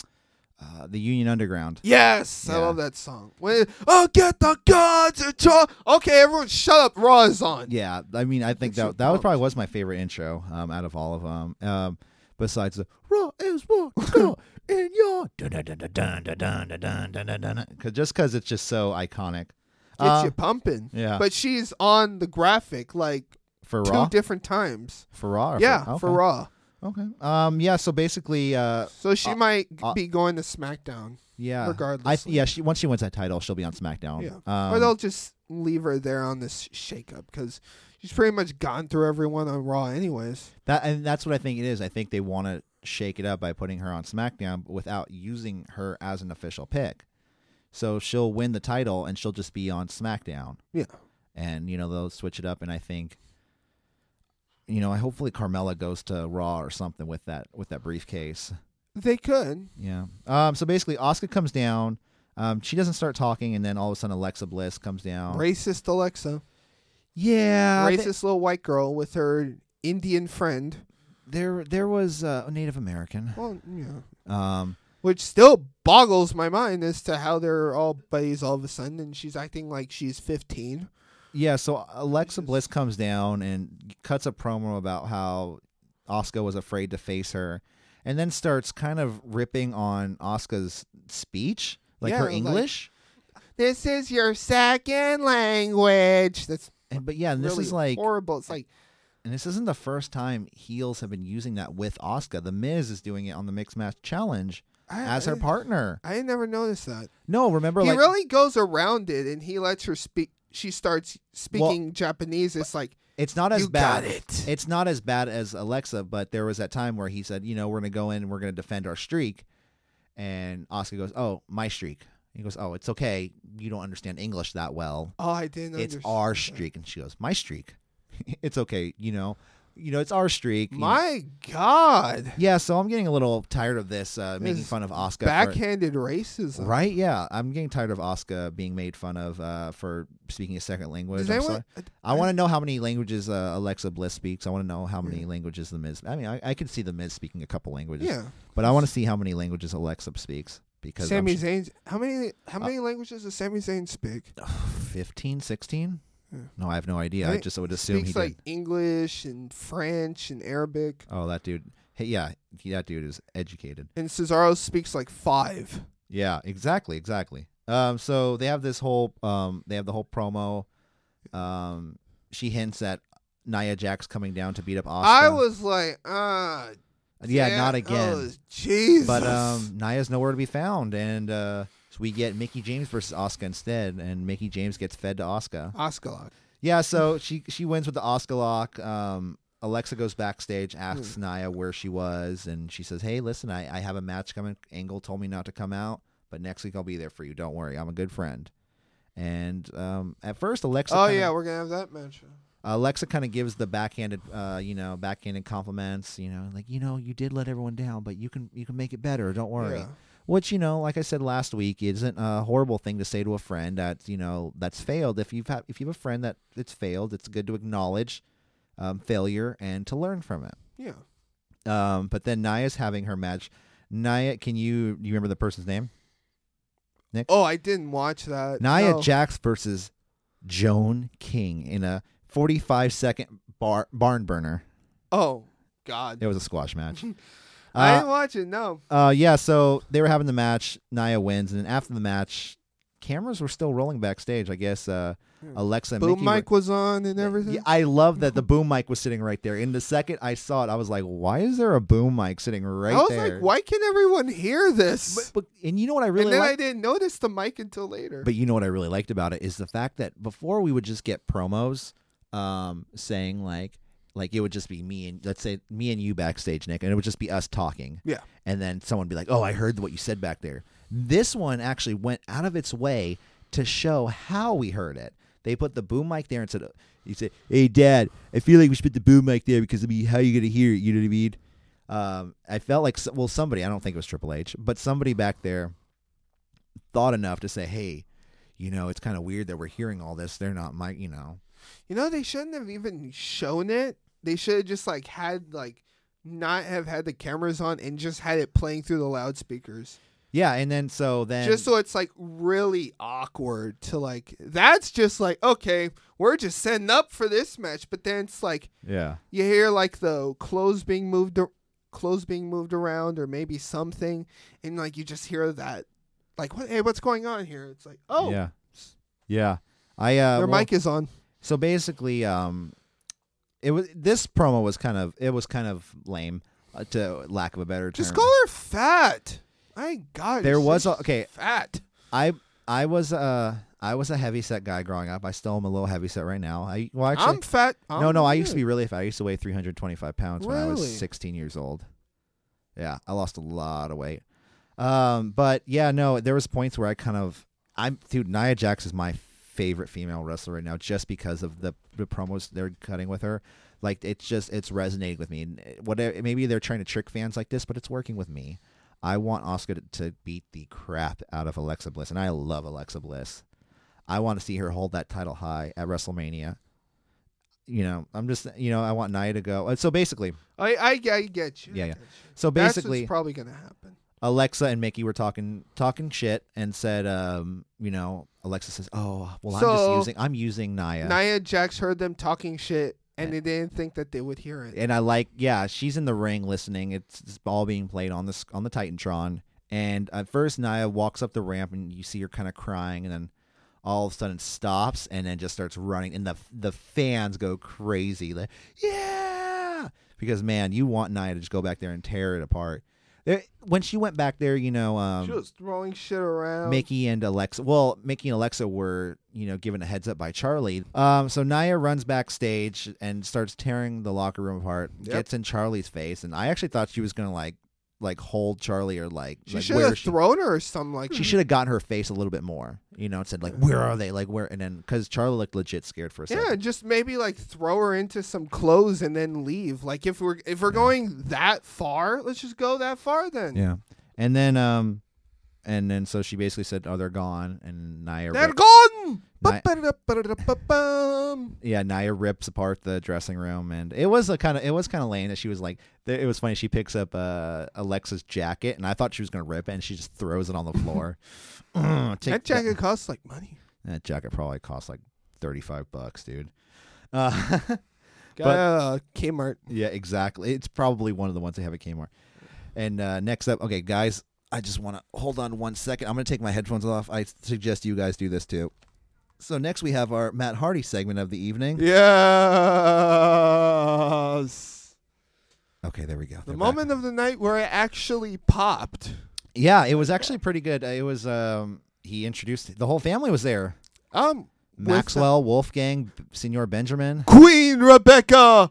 [SPEAKER 2] uh, the Union Underground.
[SPEAKER 3] Yes, I
[SPEAKER 2] Yeah.
[SPEAKER 3] love that song. When oh get the guns and cho- okay, everyone shut up. Raw is on.
[SPEAKER 2] Yeah, I mean, I think
[SPEAKER 3] It's so
[SPEAKER 2] that that was
[SPEAKER 3] pumped.
[SPEAKER 2] probably was my favorite intro um, out of all of them. Um, besides the raw is what's <laughs> going in your dun dun dun dun dun dun dun dun dun dun dun. 'Cause- just because it's just so iconic.
[SPEAKER 3] Gets
[SPEAKER 2] Uh,
[SPEAKER 3] you pumping.
[SPEAKER 2] yeah.
[SPEAKER 3] But she's on the graphic like
[SPEAKER 2] for raw,
[SPEAKER 3] two different times.
[SPEAKER 2] for raw, or
[SPEAKER 3] yeah,
[SPEAKER 2] for,
[SPEAKER 3] for
[SPEAKER 2] okay.
[SPEAKER 3] Raw.
[SPEAKER 2] Okay. Um. Yeah. So basically, uh,
[SPEAKER 3] So she might
[SPEAKER 2] uh,
[SPEAKER 3] be going to SmackDown.
[SPEAKER 2] yeah. I
[SPEAKER 3] Regardless.
[SPEAKER 2] th- yeah. She once she wins that title, she'll be on SmackDown.
[SPEAKER 3] Yeah.
[SPEAKER 2] Um,
[SPEAKER 3] or they'll just leave her there on this shakeup because she's pretty much gone through everyone on Raw, anyways.
[SPEAKER 2] that and that's what I think it is. I think they want to shake it up by putting her on SmackDown but without using her as an official pick. So she'll win the title and she'll just be on SmackDown.
[SPEAKER 3] Yeah.
[SPEAKER 2] And you know they'll switch it up, and I think. You know, I hopefully Carmella goes to Raw or something with that with that briefcase.
[SPEAKER 3] They could.
[SPEAKER 2] Yeah. Um. So basically, Oscar comes down. Um. She doesn't start talking, and then all of a sudden, Alexa Bliss comes down.
[SPEAKER 3] Racist Alexa.
[SPEAKER 2] Yeah.
[SPEAKER 3] Racist
[SPEAKER 2] th-
[SPEAKER 3] little white girl with her Indian friend.
[SPEAKER 2] there, there was uh, a Native American.
[SPEAKER 3] Well, yeah.
[SPEAKER 2] Um.
[SPEAKER 3] Which still boggles my mind as to how they're all buddies all of a sudden and she's acting like she's 15.
[SPEAKER 2] Yeah. So Alexa Bliss comes down and cuts a promo about how Oscar was afraid to face her, and then starts kind of ripping on Oscar's speech, like
[SPEAKER 3] Yeah,
[SPEAKER 2] her
[SPEAKER 3] like-
[SPEAKER 2] English.
[SPEAKER 3] This is your second language. That's
[SPEAKER 2] and but yeah, and this
[SPEAKER 3] really
[SPEAKER 2] is like,
[SPEAKER 3] horrible. It's like,
[SPEAKER 2] and this isn't the first time heels have been using that with Oscar. The Miz is doing it on the Mixed Match Challenge
[SPEAKER 3] I,
[SPEAKER 2] as her partner.
[SPEAKER 3] I never noticed that.
[SPEAKER 2] No, remember
[SPEAKER 3] he
[SPEAKER 2] like
[SPEAKER 3] really goes around it and he lets her speak she starts speaking japanese it's like
[SPEAKER 2] it's not as
[SPEAKER 3] you
[SPEAKER 2] bad.
[SPEAKER 3] got it
[SPEAKER 2] It's not as bad as Alexa, but there was that time where he said, you know, we're gonna go in and we're gonna defend our streak, and Oscar goes, oh, my streak. He goes, oh, it's okay. You don't understand English that well.
[SPEAKER 3] oh i didn't
[SPEAKER 2] It's
[SPEAKER 3] understand
[SPEAKER 2] our <laughs>
[SPEAKER 3] that.
[SPEAKER 2] streak, and she goes, my streak. it's okay, you know. you know, it's our streak. you know.
[SPEAKER 3] My God.
[SPEAKER 2] yeah, so I'm getting a little tired of this uh, making
[SPEAKER 3] This
[SPEAKER 2] fun of Oscar.
[SPEAKER 3] Backhanded racism.
[SPEAKER 2] Right? Yeah, I'm getting tired of Oscar being made fun of uh, for speaking a second language.
[SPEAKER 3] Does
[SPEAKER 2] I'm
[SPEAKER 3] anyone, uh,
[SPEAKER 2] sorry. I want to know how many languages uh, Alexa Bliss speaks. I want to know how many languages the Miz. I mean, I, I could see the Miz speaking a couple languages.
[SPEAKER 3] Mm. Yeah.
[SPEAKER 2] But I want to see how many languages Alexa speaks because I'm Uh,
[SPEAKER 3] Sami
[SPEAKER 2] sh-
[SPEAKER 3] Zayn. How many how many languages does Sami Zayn speak?
[SPEAKER 2] 15, 16? No, I have no idea. I,
[SPEAKER 3] think
[SPEAKER 2] just would assume he
[SPEAKER 3] speaks
[SPEAKER 2] did.
[SPEAKER 3] like English and French and Arabic.
[SPEAKER 2] oh, that dude. Hey, yeah, he- that dude is educated.
[SPEAKER 3] And Cesaro speaks like five.
[SPEAKER 2] Yeah, exactly, exactly. Um, so they have this whole um, they have the whole promo. Um, she hints at Nia Jax coming down to beat up Oscar.
[SPEAKER 3] I was like, ah,
[SPEAKER 2] yeah,
[SPEAKER 3] damn-
[SPEAKER 2] not
[SPEAKER 3] Oh,
[SPEAKER 2] again.
[SPEAKER 3] Jesus.
[SPEAKER 2] but um, Nia's nowhere to be found, and uh, so we get Mickey James versus Oscar instead, and Mickey James gets fed to Oscar.
[SPEAKER 3] Oscar. Lock.
[SPEAKER 2] Yeah, so she she wins with the Oscar lock. Um, Alexa goes backstage, asks
[SPEAKER 3] Hmm.
[SPEAKER 2] Nia where she was, and she says, "Hey, listen, I, I have a match coming. Angle told me not to come out, but next week I'll be there for you. Don't worry, I'm a good friend." And um, at first, Alexa.
[SPEAKER 3] Oh
[SPEAKER 2] kinda-
[SPEAKER 3] yeah, we're gonna have that match.
[SPEAKER 2] Alexa kind of gives the backhanded, uh, you know, backhanded compliments. You know, like you know, you did let everyone down, but you can you can make it better. Don't worry.
[SPEAKER 3] Yeah.
[SPEAKER 2] Which you know, like I said last week, isn't a horrible thing to say to a friend that you know that's failed. If you've had, if you have a friend that it's failed, it's good to acknowledge um, failure and to learn from it.
[SPEAKER 3] Yeah.
[SPEAKER 2] Um, but then Naya's having her match. Naya, can you you remember the person's name?
[SPEAKER 3] Oh, I didn't watch that.
[SPEAKER 2] Nia
[SPEAKER 3] No.
[SPEAKER 2] Jax versus Joan King in a forty-five second bar barn burner.
[SPEAKER 3] Oh God.
[SPEAKER 2] It was a squash match.
[SPEAKER 3] <laughs> I
[SPEAKER 2] Uh,
[SPEAKER 3] didn't watch it. No.
[SPEAKER 2] uh, yeah, so they were having the match. Nia wins, and then after the match, cameras were still rolling backstage. I guess uh, Alexa and
[SPEAKER 3] Boom
[SPEAKER 2] Mickey
[SPEAKER 3] mic was on and
[SPEAKER 2] were-
[SPEAKER 3] everything.
[SPEAKER 2] Yeah, I love that
[SPEAKER 3] <laughs>
[SPEAKER 2] the boom mic was sitting right there. In the second I saw it, I was like, "Why is there a boom mic sitting right
[SPEAKER 3] I was
[SPEAKER 2] there?"
[SPEAKER 3] like, why can everyone hear this?
[SPEAKER 2] But, but- and you know what I really
[SPEAKER 3] and then
[SPEAKER 2] like?
[SPEAKER 3] I didn't notice the mic until later.
[SPEAKER 2] But you know what I really liked about it is the fact that before we would just get promos um, saying like like it would just be me and let's say me and you backstage, Nick, and it would just be us talking.
[SPEAKER 3] Yeah.
[SPEAKER 2] And then someone would be like, "Oh, I heard what you said back there." This one actually went out of its way to show how we heard it. They put the boom mic there and said, "You say, hey, Dad, I feel like we should put the boom mic there because I mean, how you gonna hear it? You know what I mean?" Um, I felt like s- well, somebody I don't think it was Triple H, but somebody back there thought enough to say, "Hey, you know, it's kind of weird that we're hearing all this. They're not my, you know."
[SPEAKER 3] you know, they shouldn't have even shown it. They should have just like had like not have had the cameras on and just had it playing through the loudspeakers.
[SPEAKER 2] Yeah, and then so then
[SPEAKER 3] just so it's like really awkward to like that's just like okay we're just setting up for this match but then it's like
[SPEAKER 2] yeah,
[SPEAKER 3] you hear like the clothes being moved ar- clothes being moved around or maybe something and like you just hear that like what hey what's going on here it's like oh
[SPEAKER 2] yeah, yeah. I uh,
[SPEAKER 3] their
[SPEAKER 2] well-
[SPEAKER 3] mic is on
[SPEAKER 2] So basically, um, it was this promo was kind of it was kind of lame, uh, to lack of a better term.
[SPEAKER 3] just call her fat my god
[SPEAKER 2] There
[SPEAKER 3] she's
[SPEAKER 2] was a- okay.
[SPEAKER 3] fat
[SPEAKER 2] I I was uh I was a heavy set guy growing up. I still am a little heavy set right now. I well actually
[SPEAKER 3] i'm fat I'm
[SPEAKER 2] no no I used to be
[SPEAKER 3] good.
[SPEAKER 2] really fat. I used to weigh 325 pounds when I
[SPEAKER 3] Oh, Really?
[SPEAKER 2] was 16 years old. Yeah, I lost a lot of weight. Um, but yeah, no, there was points where I kind of I'm dude. Nia Jax is my favorite female wrestler right now, just because of the the promos they're cutting with her. Like it's just it's resonating with me. And whatever, maybe they're trying to trick fans like this, but it's working with me. I want Oscar to, to beat the crap out of Alexa Bliss, and I love Alexa Bliss. I want to see her hold that title high at WrestleMania. You know, I'm just you know I want Nia to go. uh, So basically,
[SPEAKER 3] I, I i get you
[SPEAKER 2] Yeah, yeah.
[SPEAKER 3] I get you.
[SPEAKER 2] so
[SPEAKER 3] That's
[SPEAKER 2] basically,
[SPEAKER 3] what's probably gonna happen
[SPEAKER 2] Alexa and Mickey were talking talking shit and said, um, you know, Alexa says, "Oh, well, I'm just
[SPEAKER 3] So-
[SPEAKER 2] using I'm using Naya."
[SPEAKER 3] Nia Jax heard them talking shit and they didn't think that they would hear it.
[SPEAKER 2] and I like, yeah, she's in the ring listening. It's, it's all being played on this on the Titantron. And at first, Naya walks up the ramp, and you see her kind of crying, and then all of a sudden stops, and then just starts running, and the the fans go crazy, like, yeah, because man, you want Naya to just go back there and tear it apart. There, when she went back there, you know, um,
[SPEAKER 3] She was throwing shit around.
[SPEAKER 2] Mickey and Alexa. Well, Mickey and Alexa were, you know, given a heads up by Charlie. Um, so Naya runs backstage and starts tearing the locker room apart. Gets in Charlie's face, and I actually thought she was gonna like like hold Charlie or like
[SPEAKER 3] She
[SPEAKER 2] like,
[SPEAKER 3] should
[SPEAKER 2] where
[SPEAKER 3] have
[SPEAKER 2] she-
[SPEAKER 3] thrown her or something like
[SPEAKER 2] she should have gotten her face a little bit more, you know, and said like, "Where are they? Like, where?" And then because Charlie looked legit scared for a
[SPEAKER 3] Yeah,
[SPEAKER 2] second.
[SPEAKER 3] just maybe like throw her into some clothes and then leave. Like if we're if we're going that far, let's just go that far then.
[SPEAKER 2] Yeah, and then um, and then so she basically said, "Oh, they're gone," and Naya.
[SPEAKER 3] They're
[SPEAKER 2] rip-
[SPEAKER 3] gone.
[SPEAKER 2] Ni-
[SPEAKER 3] Ba-ba-da-ba-da-ba-bum.
[SPEAKER 2] yeah, Naya rips apart the dressing room, and it was a kind of it was kind of lame that she was like, th- it was funny. She picks up uh, Alexa's jacket, and I thought she was gonna rip it, and she just throws it on the floor. Mm, take
[SPEAKER 3] <clears throat> That jacket costs like money.
[SPEAKER 2] That jacket probably cost like thirty five bucks, dude. Uh,
[SPEAKER 3] Got uh, Kmart.
[SPEAKER 2] yeah, exactly. It's probably one of the ones they have at Kmart. And uh, next up, okay, guys, I just want to hold on one second. I'm gonna take my headphones off. I suggest you guys do this too. So next we have our Matt Hardy segment of the evening.
[SPEAKER 3] Yes.
[SPEAKER 2] Okay, there we go.
[SPEAKER 3] The
[SPEAKER 2] They're back.
[SPEAKER 3] moment of the night where it actually popped.
[SPEAKER 2] Yeah, it was actually pretty good. Uh, It was um he introduced the whole family was there.
[SPEAKER 3] Um, with
[SPEAKER 2] Maxwell, Wolfgang, Senor Benjamin.
[SPEAKER 3] Queen Rebecca,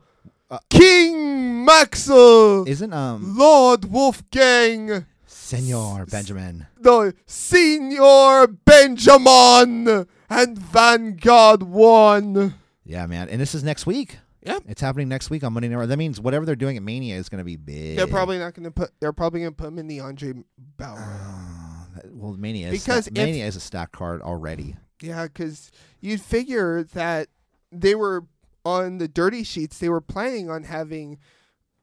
[SPEAKER 3] King Maxwell,
[SPEAKER 2] Isn't um
[SPEAKER 3] Lord Wolfgang,
[SPEAKER 2] Senor Benjamin.
[SPEAKER 3] the Senior Benjamin, and Vanguard One.
[SPEAKER 2] Yeah, man. And this is next week.
[SPEAKER 3] Yeah.
[SPEAKER 2] It's happening next week on Monday Night Raw. That means whatever they're doing at Mania is going to be big.
[SPEAKER 3] They're probably not going to put. They're probably going to put him in the Andre Bauer.
[SPEAKER 2] Uh. Well, Mania is
[SPEAKER 3] Because
[SPEAKER 2] sta-
[SPEAKER 3] if-
[SPEAKER 2] Mania is a stock card already.
[SPEAKER 3] Yeah, because you'd figure that they were on the dirty sheets. They were planning on having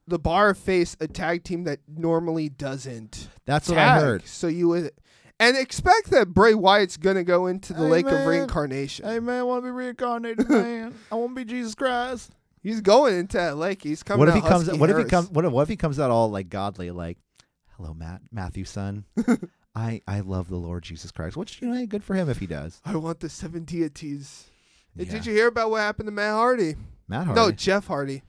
[SPEAKER 3] the bar face a tag team that normally doesn't.
[SPEAKER 2] That's what I
[SPEAKER 3] tag.
[SPEAKER 2] heard.
[SPEAKER 3] So you would and expect that Bray Wyatt's gonna go into the
[SPEAKER 2] Hey,
[SPEAKER 3] lake
[SPEAKER 2] man.
[SPEAKER 3] of reincarnation.
[SPEAKER 2] man, I want to be <laughs> reincarnated, man. I want to be Jesus Christ.
[SPEAKER 3] He's going into that lake. He's coming.
[SPEAKER 2] What if
[SPEAKER 3] out
[SPEAKER 2] he comes?
[SPEAKER 3] Husky
[SPEAKER 2] What if he
[SPEAKER 3] Harris.
[SPEAKER 2] comes? What if, what if he comes out all like godly, like, "Hello, Matt, Matthew,
[SPEAKER 3] <laughs>
[SPEAKER 2] son. I I love the Lord Jesus Christ." Which you know, hey, good for him if he does.
[SPEAKER 3] I want the seven deities. Hey,
[SPEAKER 2] Yeah.
[SPEAKER 3] Did you hear about what happened to Matt Hardy?
[SPEAKER 2] Matt Hardy.
[SPEAKER 3] No, Jeff Hardy.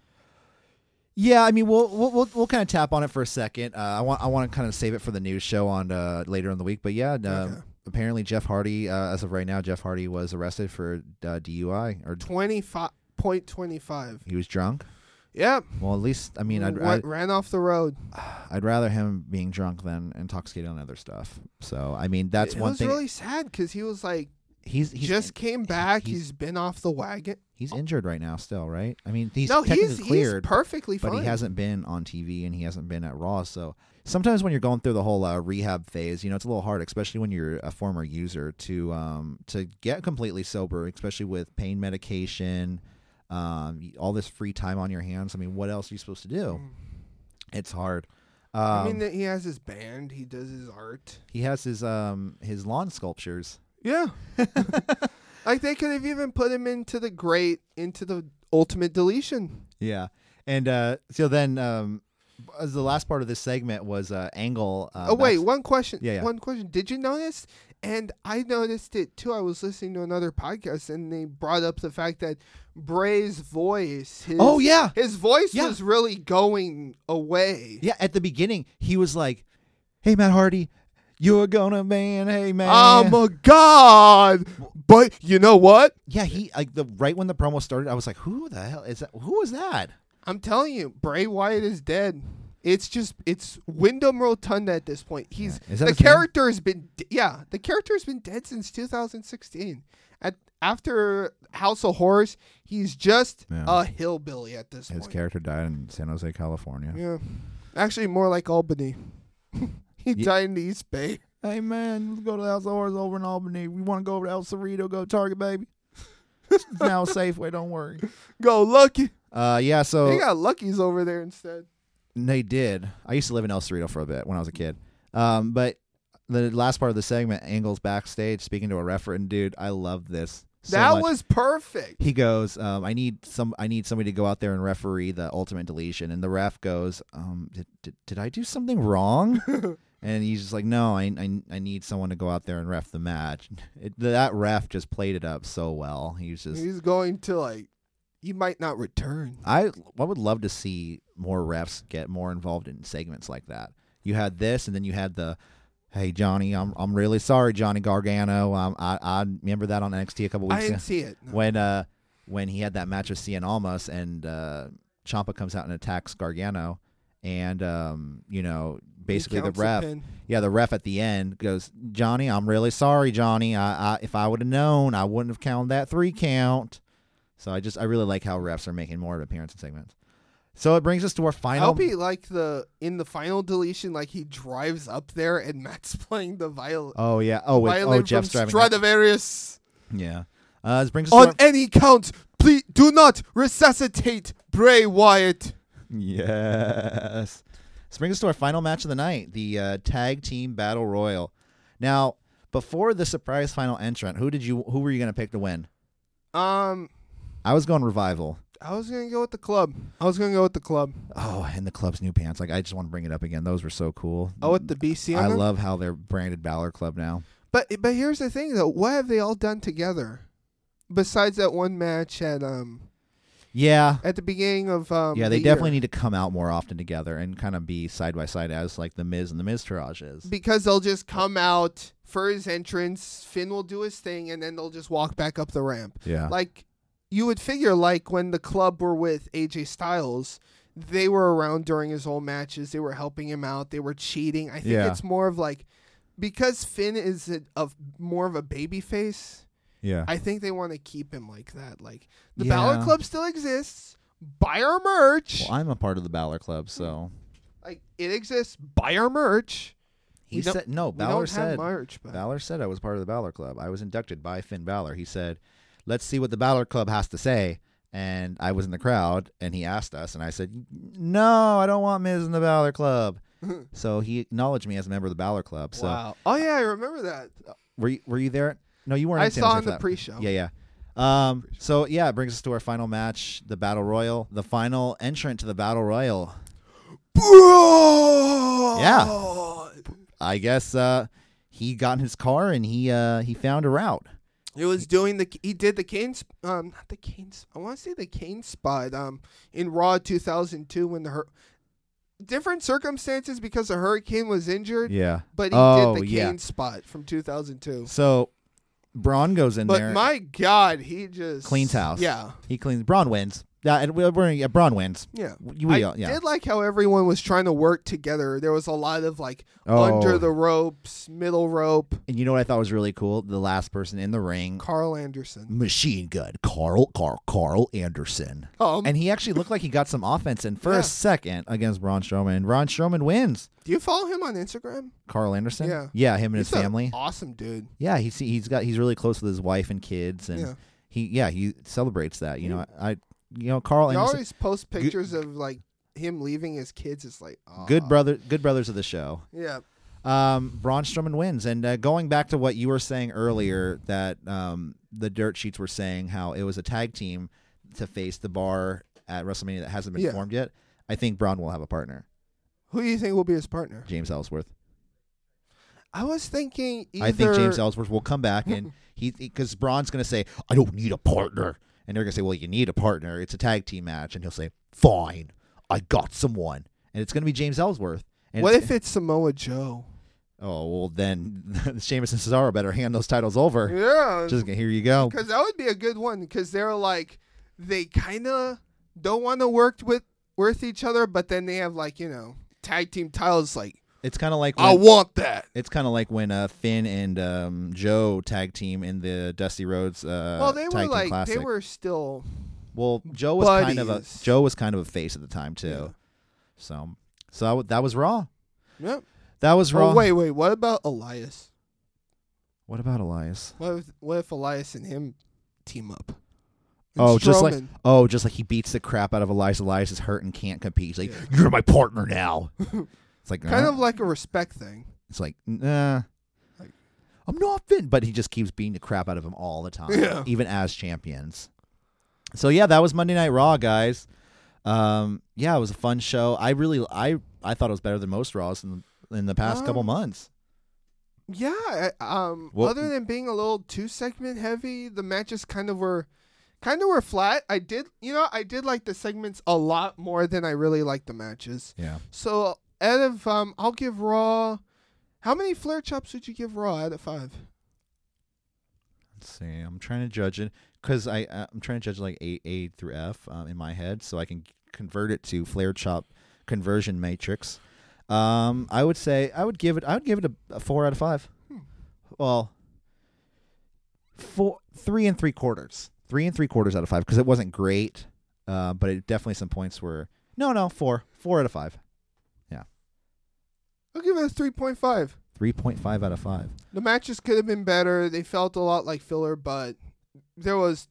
[SPEAKER 2] Yeah, I mean, we'll we'll we'll, we'll kind of tap on it for a second. Uh, I want I want to kind of save it for the news show on uh, later in the week. But yeah, um,
[SPEAKER 3] Okay.
[SPEAKER 2] apparently Jeff Hardy, uh, as of right now, Jeff Hardy was arrested for uh, DUI or
[SPEAKER 3] Twenty five point twenty five.
[SPEAKER 2] he was drunk.
[SPEAKER 3] Yeah,
[SPEAKER 2] Well, at least I mean, I'd,
[SPEAKER 3] Went- ran off the road.
[SPEAKER 2] I'd I'd rather him being drunk than intoxicated on other stuff. So I mean, that's
[SPEAKER 3] it
[SPEAKER 2] one
[SPEAKER 3] was
[SPEAKER 2] thing.
[SPEAKER 3] really sad because he was like
[SPEAKER 2] he's he's
[SPEAKER 3] just came back.
[SPEAKER 2] he's-
[SPEAKER 3] He's, he's been off the wagon.
[SPEAKER 2] he's injured right now, still, right? I mean, he's
[SPEAKER 3] Oh. no,
[SPEAKER 2] technically
[SPEAKER 3] he's
[SPEAKER 2] cleared.
[SPEAKER 3] he's perfectly fine.
[SPEAKER 2] but he hasn't been on TV and he hasn't been at Raw. So sometimes when you're going through the whole uh, rehab phase, you know, it's a little hard, especially when you're a former user to um, to get completely sober, especially with pain medication, um, y- all this free time on your hands. I mean, what else are you supposed to do? It's hard. Um,
[SPEAKER 3] Mm. I mean, that he has his band. He does his art.
[SPEAKER 2] he has his um, his lawn sculptures.
[SPEAKER 3] Yeah. <laughs> like they could have even put him into the great into the ultimate deletion.
[SPEAKER 2] Yeah, and uh, so then um, as the last part of this segment was uh, Angle. Uh,
[SPEAKER 3] oh wait,
[SPEAKER 2] backs-
[SPEAKER 3] one question.
[SPEAKER 2] Yeah, yeah.
[SPEAKER 3] One question. Did you notice? And I noticed it too. I was listening to another podcast and they brought up the fact that Bray's voice his,
[SPEAKER 2] Oh yeah,
[SPEAKER 3] his voice
[SPEAKER 2] Yeah.
[SPEAKER 3] was really going away.
[SPEAKER 2] Yeah, at the beginning, he was like, "Hey, Matt Hardy, you're gonna man. Hey, man."
[SPEAKER 3] I'm a Oh god. But you know what?
[SPEAKER 2] yeah, he like the right when the promo started, I was like, "Who the hell is that? Who was that?"
[SPEAKER 3] I'm telling you, Bray Wyatt is dead. It's just it's Wyndham Rotunda at this point. He's
[SPEAKER 2] Yeah. Is that
[SPEAKER 3] the
[SPEAKER 2] his name?
[SPEAKER 3] character has been d- yeah the character has been dead since 2016. At after House of Horrors, he's just
[SPEAKER 2] Yeah.
[SPEAKER 3] a hillbilly at this point.
[SPEAKER 2] character died in San Jose, California.
[SPEAKER 3] yeah, actually more like Albany. <laughs> he
[SPEAKER 2] Ye-
[SPEAKER 3] died in the East Bay.
[SPEAKER 2] Hey, man, let's go to the House of Horrors over in Albany. We want to go over to El Cerrito, go to Target, baby. <laughs> it's now a Safeway. Don't worry.
[SPEAKER 3] Go Lucky.
[SPEAKER 2] Uh, yeah. So
[SPEAKER 3] They got Lucky's over there instead.
[SPEAKER 2] They did. I used to live in El Cerrito for a bit when I was a kid. Um, but the last part of the segment, Angle's backstage speaking to a referee, and dude, I love this. so
[SPEAKER 3] that
[SPEAKER 2] much.
[SPEAKER 3] was perfect.
[SPEAKER 2] He goes, um, I need some. I need somebody to go out there and referee the ultimate deletion. And the ref goes, um, did, did, did I do something
[SPEAKER 3] <laughs>
[SPEAKER 2] wrong? and he's just like, No, I, I I need someone to go out there and ref the match. <laughs> It, that ref just played it up so well. He's just
[SPEAKER 3] He's going to like he might not return.
[SPEAKER 2] I I would love to see more refs get more involved in segments like that. You had this, and then you had the, hey Johnny, I'm I'm really sorry, Johnny Gargano. Um, I I remember that on NXT a couple
[SPEAKER 3] I
[SPEAKER 2] weeks ago
[SPEAKER 3] didn't see it. No.
[SPEAKER 2] when uh when he had that match with Cien Almas and uh Champa comes out and attacks Gargano, and um you know basically the
[SPEAKER 3] counts the
[SPEAKER 2] ref.
[SPEAKER 3] pin.
[SPEAKER 2] yeah, the ref at the end goes, Johnny, I'm really sorry, Johnny. I, I if I would have known, I wouldn't have counted that three count. So I just I really like how refs are making more appearance in segments. So it brings us to our
[SPEAKER 3] I
[SPEAKER 2] final.
[SPEAKER 3] hope he like the in the final deletion, like he drives up there and <laughs> Matt's playing the viol-
[SPEAKER 2] oh yeah. Oh wait.
[SPEAKER 3] violin
[SPEAKER 2] Oh Jeff's
[SPEAKER 3] from
[SPEAKER 2] driving.
[SPEAKER 3] Stradivarius.
[SPEAKER 2] Yeah. Uh, this brings us
[SPEAKER 3] On
[SPEAKER 2] to our-
[SPEAKER 3] any count, please do not resuscitate Bray Wyatt.
[SPEAKER 2] yes. This brings us to our final match of the night: the uh, tag team battle royal. Now, before the surprise final entrant, who did you? Who were you going to pick to win?
[SPEAKER 3] Um,
[SPEAKER 2] I was going revival.
[SPEAKER 3] I was gonna go with the club. I was gonna go with the club.
[SPEAKER 2] Oh, and the club's new pants. Like I just want to bring it up again. Those were so cool.
[SPEAKER 3] Oh, with the BC. on
[SPEAKER 2] I
[SPEAKER 3] them?
[SPEAKER 2] love how they're branded Balor Club now.
[SPEAKER 3] But but here's the thing though, what have they all done together? Besides that one match at um
[SPEAKER 2] Yeah.
[SPEAKER 3] at the beginning of um
[SPEAKER 2] Yeah, they
[SPEAKER 3] the
[SPEAKER 2] definitely
[SPEAKER 3] year.
[SPEAKER 2] need to come out more often together and kind of be side by side as like the Miz and the Miz Taraj is.
[SPEAKER 3] because they'll just come out for his entrance, Finn will do his thing, and then they'll just walk back up the ramp.
[SPEAKER 2] Yeah.
[SPEAKER 3] Like you would figure, like when the club were with AJ Styles, they were around during his whole matches. They were helping him out. They were cheating. I think
[SPEAKER 2] Yeah.
[SPEAKER 3] it's more of like because Finn is a, of more of a baby face.
[SPEAKER 2] yeah.
[SPEAKER 3] I think they want to keep him like that. Like the
[SPEAKER 2] Ah. Yeah.
[SPEAKER 3] Balor Club still exists. Buy our merch.
[SPEAKER 2] well, I'm a part of the Balor Club, so
[SPEAKER 3] Like it exists. Buy our merch.
[SPEAKER 2] he
[SPEAKER 3] We don't-
[SPEAKER 2] said no.
[SPEAKER 3] we
[SPEAKER 2] Balor
[SPEAKER 3] don't have
[SPEAKER 2] said
[SPEAKER 3] merch, but
[SPEAKER 2] Balor said I was part of the Balor Club. I was inducted by Finn Balor. He said, "Let's see what the Balor Club has to say." And I was in the crowd, and he asked us, and I said, "No, I don't want Miz in the Balor Club."
[SPEAKER 3] <laughs>
[SPEAKER 2] so he acknowledged me as a member of the Balor Club. So
[SPEAKER 3] wow. Oh yeah, I remember that.
[SPEAKER 2] were you, were you there? No, you weren't.
[SPEAKER 3] I
[SPEAKER 2] in San
[SPEAKER 3] saw
[SPEAKER 2] Jose
[SPEAKER 3] in
[SPEAKER 2] for
[SPEAKER 3] the
[SPEAKER 2] that.
[SPEAKER 3] pre-show.
[SPEAKER 2] Yeah, yeah. Um, so yeah, it brings us to our final match, the Battle Royal, the final entrant to the Battle Royal.
[SPEAKER 3] Bro.
[SPEAKER 2] I guess uh, he got in his car and he uh, he found a route.
[SPEAKER 3] It was doing the he did the Kane sp- um not the Kane sp- I want to say the Kane spot um in Raw 2002 when the hur- different circumstances because the Hurricane was injured
[SPEAKER 2] Yeah.
[SPEAKER 3] but he
[SPEAKER 2] Oh,
[SPEAKER 3] did the Kane
[SPEAKER 2] yeah.
[SPEAKER 3] spot from 2002.
[SPEAKER 2] So Braun goes in
[SPEAKER 3] But
[SPEAKER 2] there.
[SPEAKER 3] my God, he just
[SPEAKER 2] cleans house.
[SPEAKER 3] Yeah,
[SPEAKER 2] He cleans. Braun wins. Uh, and we're, we're, yeah, Braun wins.
[SPEAKER 3] yeah.
[SPEAKER 2] We- we-
[SPEAKER 3] I
[SPEAKER 2] yeah.
[SPEAKER 3] did like how everyone was trying to work together. There was a lot of like
[SPEAKER 2] Oh.
[SPEAKER 3] under the ropes, middle rope.
[SPEAKER 2] And you know what I thought was really cool? The last person in the ring,
[SPEAKER 3] Carl Anderson.
[SPEAKER 2] Machine Gun Carl Carl Carl Anderson.
[SPEAKER 3] Um,
[SPEAKER 2] And he actually looked like he got some offense in for
[SPEAKER 3] Yeah.
[SPEAKER 2] a second against Braun Strowman. And Braun Strowman wins.
[SPEAKER 3] do you follow him on Instagram?
[SPEAKER 2] Carl Anderson.
[SPEAKER 3] Yeah.
[SPEAKER 2] Yeah, him and
[SPEAKER 3] He's
[SPEAKER 2] his
[SPEAKER 3] an
[SPEAKER 2] family.
[SPEAKER 3] awesome dude.
[SPEAKER 2] Yeah, he's he's got he's really close with his wife and kids and
[SPEAKER 3] Yeah.
[SPEAKER 2] he yeah, he celebrates that. You know, I you know, Carl
[SPEAKER 3] He
[SPEAKER 2] Anderson
[SPEAKER 3] always posts pictures of like him leaving his kids. It's like aw.
[SPEAKER 2] good brother good brothers of the show.
[SPEAKER 3] Yeah,
[SPEAKER 2] Um, Braun Strowman wins, and uh, going back to what you were saying earlier, that um, the dirt sheets were saying how it was a tag team to face the bar at WrestleMania that hasn't been
[SPEAKER 3] Yeah.
[SPEAKER 2] formed yet. I think Braun will have a partner,
[SPEAKER 3] who do you think will be his partner?
[SPEAKER 2] James Ellsworth.
[SPEAKER 3] I was thinking either.
[SPEAKER 2] I think James Ellsworth will come back,
[SPEAKER 3] <laughs>
[SPEAKER 2] and he because Braun's going to say, "I don't need a partner," and they're going to say, "Well, you need a partner. It's a tag team match," and he'll say, "Fine, I got someone," and it's going to be James Ellsworth. And
[SPEAKER 3] What
[SPEAKER 2] it's-
[SPEAKER 3] if it's Samoa Joe?
[SPEAKER 2] <laughs> Oh well, then <laughs> Sheamus and Cesaro better hand those titles over.
[SPEAKER 3] Yeah,
[SPEAKER 2] Just here you go.
[SPEAKER 3] Because that would be a good one. Because they're like, they kind of don't want to work with with each other, but then they have like you know tag team titles. Like
[SPEAKER 2] It's kind of like
[SPEAKER 3] I
[SPEAKER 2] when,
[SPEAKER 3] want that.
[SPEAKER 2] it's kind of like when uh, Finn and um, Joe tag team in the Dusty Roads. Uh,
[SPEAKER 3] well, they
[SPEAKER 2] tag
[SPEAKER 3] were
[SPEAKER 2] team
[SPEAKER 3] like
[SPEAKER 2] classic.
[SPEAKER 3] they were still.
[SPEAKER 2] Well, Joe was kind of a
[SPEAKER 3] buddies.
[SPEAKER 2] Joe was kind of a face at the time too.
[SPEAKER 3] Yeah.
[SPEAKER 2] So so that, wa- that was Raw.
[SPEAKER 3] Yep.
[SPEAKER 2] That was Raw.
[SPEAKER 3] Oh wait, wait. What about Elias?
[SPEAKER 2] What about Elias?
[SPEAKER 3] What if, what if Elias and him team up? And
[SPEAKER 2] Oh, just like
[SPEAKER 3] Strowman.
[SPEAKER 2] oh, just like he beats the crap out of Elias. Elias is hurt and can't compete. He's like, "You're my partner
[SPEAKER 3] <laughs>
[SPEAKER 2] now." it's like
[SPEAKER 3] kind
[SPEAKER 2] "Uh."
[SPEAKER 3] of like a respect thing.
[SPEAKER 2] It's like, nah.
[SPEAKER 3] Like-
[SPEAKER 2] I'm not Finn, but he just keeps beating the crap out of him all the time,
[SPEAKER 3] Yeah.
[SPEAKER 2] even as champions. So yeah, that was Monday Night Raw, guys. Um, yeah, it was a fun show. I really, I, I thought it was better than most Raws in in the past couple
[SPEAKER 3] Um,
[SPEAKER 2] months.
[SPEAKER 3] Yeah. I- Um.
[SPEAKER 2] Well-
[SPEAKER 3] other than being a little two segment heavy, the matches kind of were, kind of were flat. I did, you know, I did like the segments a lot more than I really liked the matches.
[SPEAKER 2] Yeah,
[SPEAKER 3] So out of um, I'll give Raw. How many flare chops would you give Raw out of five?
[SPEAKER 2] let's see. I'm trying to judge it because I, uh, I'm trying to judge like A, A through F um, in my head, so I can convert it to Flare Chop conversion matrix. Um, I would say I would give it. I would give it a, a four out of five.
[SPEAKER 3] Hmm.
[SPEAKER 2] Well, four, three and three quarters, three and three quarters out of five because it wasn't great, uh, but it definitely some points were. No, no, four, four out of five,
[SPEAKER 3] I'll give it a three point five.
[SPEAKER 2] three point five out of five.
[SPEAKER 3] The matches could have been better. They felt a lot like filler, but there was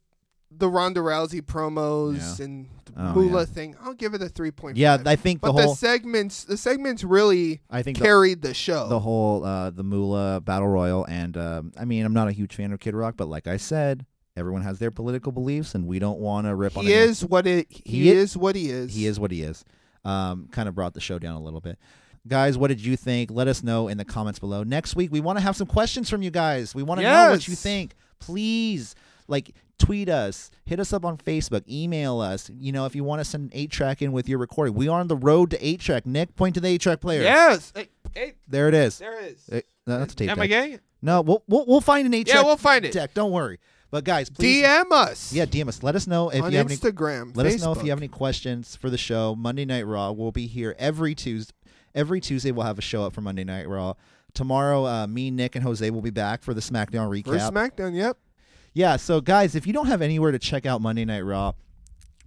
[SPEAKER 3] the Ronda Rousey promos
[SPEAKER 2] Yeah.
[SPEAKER 3] and the
[SPEAKER 2] Oh,
[SPEAKER 3] Moolah
[SPEAKER 2] yeah.
[SPEAKER 3] thing. I'll give it a three point five.
[SPEAKER 2] Yeah, I think the
[SPEAKER 3] but
[SPEAKER 2] whole.
[SPEAKER 3] the segments, the segments really
[SPEAKER 2] I think the
[SPEAKER 3] carried the show.
[SPEAKER 2] the whole uh, the Moolah Battle Royal, and um, I mean, I'm not a huge fan of Kid Rock, but like I said, everyone has their political beliefs, and we don't want to rip on.
[SPEAKER 3] he
[SPEAKER 2] anyone.
[SPEAKER 3] is what it. He,
[SPEAKER 2] He i-
[SPEAKER 3] is what he is.
[SPEAKER 2] He is what he is. Um, kind of brought the show down a little bit. Guys, what did you think? Let us know in the comments below. Next week, we want to have some questions from you guys. We want to know what you
[SPEAKER 3] Yes.
[SPEAKER 2] think. Please, like, tweet us, hit us up on Facebook, email us. You know, if you want to send an eight track in with your recording, we are on the road to eight track. Nick, point to the eight track player.
[SPEAKER 3] Yes. Hey, hey,
[SPEAKER 2] there it is.
[SPEAKER 3] there it is.
[SPEAKER 2] Eh, no, that's a tape
[SPEAKER 3] Am I
[SPEAKER 2] deck.
[SPEAKER 3] gay?
[SPEAKER 2] No, we'll, we'll we'll find an eight
[SPEAKER 3] Yeah,
[SPEAKER 2] track.
[SPEAKER 3] we'll find it.
[SPEAKER 2] Deck, don't worry. But guys, please,
[SPEAKER 3] DM us.
[SPEAKER 2] yeah, DM us. Let us know if
[SPEAKER 3] on
[SPEAKER 2] you have any
[SPEAKER 3] Instagram.
[SPEAKER 2] let us know if
[SPEAKER 3] Facebook.
[SPEAKER 2] you have any questions for the show. Monday Night Raw. We'll be here every Tuesday. Every Tuesday we'll have a show up for Monday Night Raw. Tomorrow, uh, me, Nick, and Jose will be back for the SmackDown recap.
[SPEAKER 3] For SmackDown. Yep.
[SPEAKER 2] yeah. So guys, if you don't have anywhere to check out Monday Night Raw,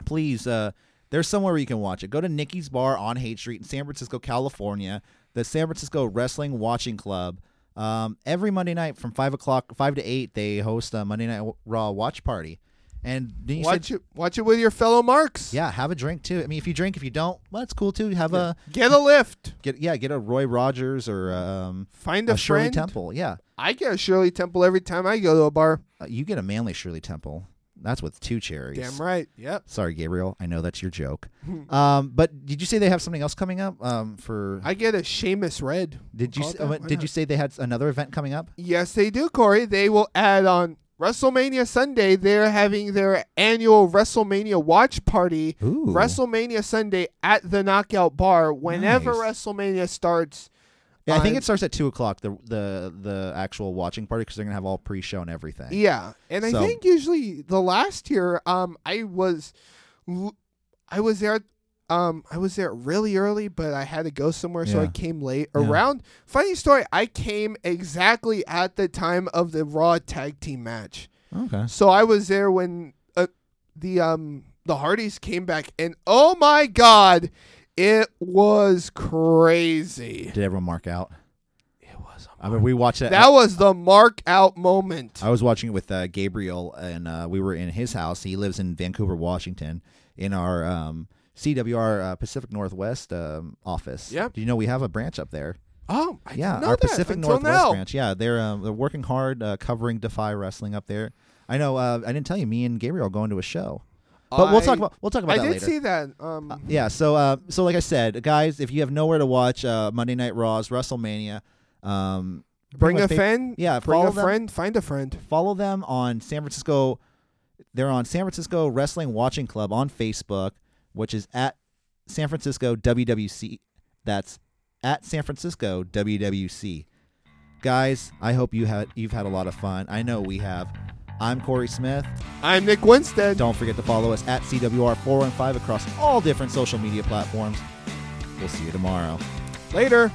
[SPEAKER 2] please. Uh, there's somewhere you can watch it. Go to Nikki's Bar on Haight Street in San Francisco, California, the San Francisco Wrestling Watching Club. Um, every Monday night from five o'clock, five to eight, they host a Monday Night Raw watch party. And then you said-
[SPEAKER 3] Watch it. Watch it with your fellow marks.
[SPEAKER 2] yeah, have a drink too. I mean, if you drink, if you don't, well, that's cool too. Have a
[SPEAKER 3] Get a lift.
[SPEAKER 2] get yeah, get a Roy Rogers or um,
[SPEAKER 3] Find
[SPEAKER 2] a
[SPEAKER 3] a,
[SPEAKER 2] Shirley
[SPEAKER 3] friend.
[SPEAKER 2] Temple. Yeah,
[SPEAKER 3] I get a Shirley Temple every time I go to a bar.
[SPEAKER 2] Uh, you get a manly Shirley Temple. That's with two cherries.
[SPEAKER 3] Damn right. Yep.
[SPEAKER 2] Sorry, Gabriel. I know that's your
[SPEAKER 3] <laughs>
[SPEAKER 2] joke. um, but did you say they have something else coming up? Um, for
[SPEAKER 3] I get a Seamus Red.
[SPEAKER 2] did you
[SPEAKER 3] Call
[SPEAKER 2] s-
[SPEAKER 3] it that?
[SPEAKER 2] uh,
[SPEAKER 3] Why
[SPEAKER 2] did you
[SPEAKER 3] not?
[SPEAKER 2] say they had s- another event coming up?
[SPEAKER 3] Yes, they do, Corey. They will add on WrestleMania Sunday. They're having their annual WrestleMania watch party.
[SPEAKER 2] Ooh.
[SPEAKER 3] WrestleMania Sunday at the Knockout Bar. Whenever
[SPEAKER 2] Nice.
[SPEAKER 3] WrestleMania starts,
[SPEAKER 2] Yeah, I think
[SPEAKER 3] on-
[SPEAKER 2] it starts at two o'clock. The the the actual watching party because they're gonna have all pre-show and everything.
[SPEAKER 3] Yeah, and
[SPEAKER 2] So-
[SPEAKER 3] I think usually the last year, um, I was, l- I was there, um, I was there really early, but I had to go somewhere, so I
[SPEAKER 2] Yeah.
[SPEAKER 3] came late.
[SPEAKER 2] Yeah.
[SPEAKER 3] Around funny story, I came exactly at the time of the Raw tag team match,
[SPEAKER 2] Okay.
[SPEAKER 3] so I was there when uh, the um the Hardys came back, and oh my God, it was crazy.
[SPEAKER 2] Did everyone mark out?
[SPEAKER 3] It was.
[SPEAKER 2] I mean, we watched that.
[SPEAKER 3] That was the mark out moment.
[SPEAKER 2] I was watching it with uh, Gabriel, and uh, we were in his house. He lives in Vancouver, Washington, in our um, CWR uh, Pacific Northwest um, office.
[SPEAKER 3] Yep.
[SPEAKER 2] Do you know we have a branch up there?
[SPEAKER 3] Oh, I
[SPEAKER 2] yeah,
[SPEAKER 3] didn't know
[SPEAKER 2] our
[SPEAKER 3] that
[SPEAKER 2] Pacific
[SPEAKER 3] until
[SPEAKER 2] Northwest
[SPEAKER 3] now.
[SPEAKER 2] branch. Yeah, they're um, they're working hard uh, covering Defy Wrestling up there. I know. Uh, I didn't tell you. Me and Gabriel are going to a show, but we'll talk
[SPEAKER 3] I-
[SPEAKER 2] about we'll talk about
[SPEAKER 3] I
[SPEAKER 2] that
[SPEAKER 3] did
[SPEAKER 2] later.
[SPEAKER 3] see that. Um,
[SPEAKER 2] yeah so uh, so like i said guys if you have nowhere to watch uh, monday night raws wrestlemania um,
[SPEAKER 3] bring
[SPEAKER 2] my
[SPEAKER 3] a
[SPEAKER 2] fa-
[SPEAKER 3] friend.
[SPEAKER 2] yeah,
[SPEAKER 3] bring
[SPEAKER 2] follow
[SPEAKER 3] a
[SPEAKER 2] them.
[SPEAKER 3] friend. Find a friend.
[SPEAKER 2] follow them on San Francisco. They're on San Francisco Wrestling Watching Club on Facebook, which is at San Francisco WWC. That's at San Francisco WWC. Guys, I hope you had you've had a lot of fun. I know we have. I'm Corey Smith.
[SPEAKER 3] I'm Nick Winstead.
[SPEAKER 2] Don't forget to follow us at CWR415 across all different social media platforms. We'll see you tomorrow.
[SPEAKER 3] Later.